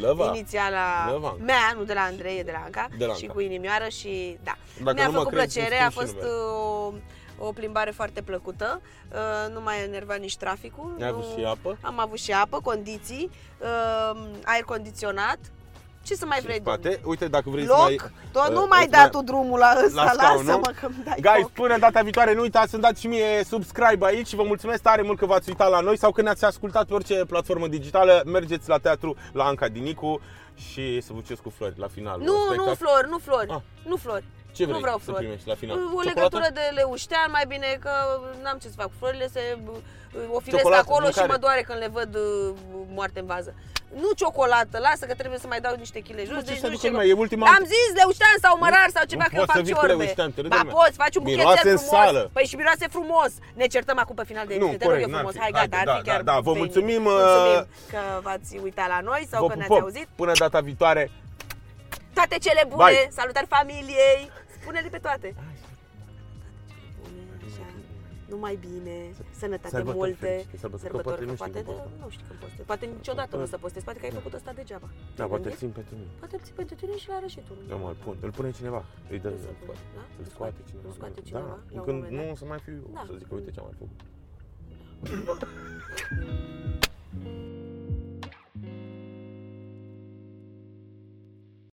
Speaker 1: Lăva.
Speaker 2: inițiala
Speaker 1: Lăva.
Speaker 2: mea, nu de la Andrei, e de la Anca,
Speaker 1: De la
Speaker 2: și
Speaker 1: Anca.
Speaker 2: cu inimioară și da.
Speaker 1: Dacă
Speaker 2: Mi-a
Speaker 1: nu mă
Speaker 2: făcut
Speaker 1: crezi, îmi
Speaker 2: plăcere,
Speaker 1: spui
Speaker 2: a
Speaker 1: și
Speaker 2: fost
Speaker 1: numele.
Speaker 2: o, o plimbare foarte plăcută, uh, nu m-a enervat nici traficul.
Speaker 1: Ai
Speaker 2: nu-
Speaker 1: avut și apă?
Speaker 2: Am avut și apă, condiții, uh, air condiționat. Ce să mai
Speaker 1: Și
Speaker 2: vrei, domnule?
Speaker 1: spate. Uite, dacă vrei
Speaker 2: Loc,
Speaker 1: să mai...
Speaker 2: tot
Speaker 1: uh,
Speaker 2: nu mai
Speaker 1: îți
Speaker 2: da tu drumul la
Speaker 1: la
Speaker 2: ăsta,
Speaker 1: scaun, nu?
Speaker 2: lasă-mă că îmi dai
Speaker 1: Guys,
Speaker 2: foc.
Speaker 1: până data viitoare, nu uitați să-mi dați și mie subscribe aici și vă mulțumesc tare mult că v-ați uitat la noi sau că ne-ați ascultat pe orice platformă digitală. Mergeți la teatru la Anca Dinicu și să vă duceți cu flori la final.
Speaker 2: Nu, nu flori, nu flori,
Speaker 1: Ah.
Speaker 2: nu flori.
Speaker 1: Ce vrei
Speaker 2: nu vreau
Speaker 1: să
Speaker 2: flori.
Speaker 1: primești la final?
Speaker 2: O
Speaker 1: Ciocolată?
Speaker 2: legătură de leuștean, mai bine că n-am ce să fac cu florile, se o filesc
Speaker 1: Ciocolată,
Speaker 2: acolo și
Speaker 1: mâncare.
Speaker 2: mă doare când le văd uh, moarte în vază. Nu ciocolată, lasă că trebuie să mai dau niște chile jos.
Speaker 1: Nu, ce
Speaker 2: deci nu
Speaker 1: să aducă
Speaker 2: știu.
Speaker 1: lumea? E ultima-
Speaker 2: Am zis leuștean sau mărar sau ceva
Speaker 1: nu
Speaker 2: că
Speaker 1: poți să
Speaker 2: fac
Speaker 1: vii cu
Speaker 2: ciorbe.
Speaker 1: leuștean, te râde
Speaker 2: ba
Speaker 1: lumea.
Speaker 2: poți, faci un buchetel
Speaker 1: Miroase în
Speaker 2: frumos.
Speaker 1: sală.
Speaker 2: Păi și miroase frumos. Ne certăm acum pe final de
Speaker 1: Nu,
Speaker 2: emisiune, te rog eu
Speaker 1: corect, n-ar
Speaker 2: frumos.
Speaker 1: fi.
Speaker 2: Hai, gata,
Speaker 1: Haide,
Speaker 2: ar fi
Speaker 1: da,
Speaker 2: chiar
Speaker 1: da, da, vă
Speaker 2: venit.
Speaker 1: mulțumim, uh,
Speaker 2: Mulțumim că v-ați uitat la noi sau
Speaker 1: Vă
Speaker 2: că ne-ați
Speaker 1: pupăm.
Speaker 2: auzit.
Speaker 1: Până data viitoare.
Speaker 2: Toate cele bune,
Speaker 1: Bye.
Speaker 2: salutări familiei. Spune-le pe toate. Așa. Numai bine, sănătate
Speaker 1: Sărbători
Speaker 2: multe,
Speaker 1: fericite, sărbători, că poate nu știu
Speaker 2: poate,
Speaker 1: cum
Speaker 2: da,
Speaker 1: poți.
Speaker 2: nu știu cum postezi, poate niciodată nu o să postezi, poate că ai făcut asta degeaba.
Speaker 1: Da,
Speaker 2: Te-ai
Speaker 1: poate
Speaker 2: gândit?
Speaker 1: țin pentru mine.
Speaker 2: Poate ții pentru tine și la rășitul.
Speaker 1: Da, mă, îl pun. Îl pune cineva. Îi dă,
Speaker 2: Îl
Speaker 1: îl
Speaker 2: să pun,
Speaker 1: scoate.
Speaker 2: da?
Speaker 1: Îl
Speaker 2: Îl
Speaker 1: scoate
Speaker 2: scoate-
Speaker 1: cineva.
Speaker 2: îl scoate
Speaker 1: da.
Speaker 2: cineva la un
Speaker 1: Când
Speaker 2: moment
Speaker 1: nu
Speaker 2: dat.
Speaker 1: o să mai fiu eu,
Speaker 2: Da.
Speaker 1: o să zic, uite ce am mai făcut.
Speaker 2: Da.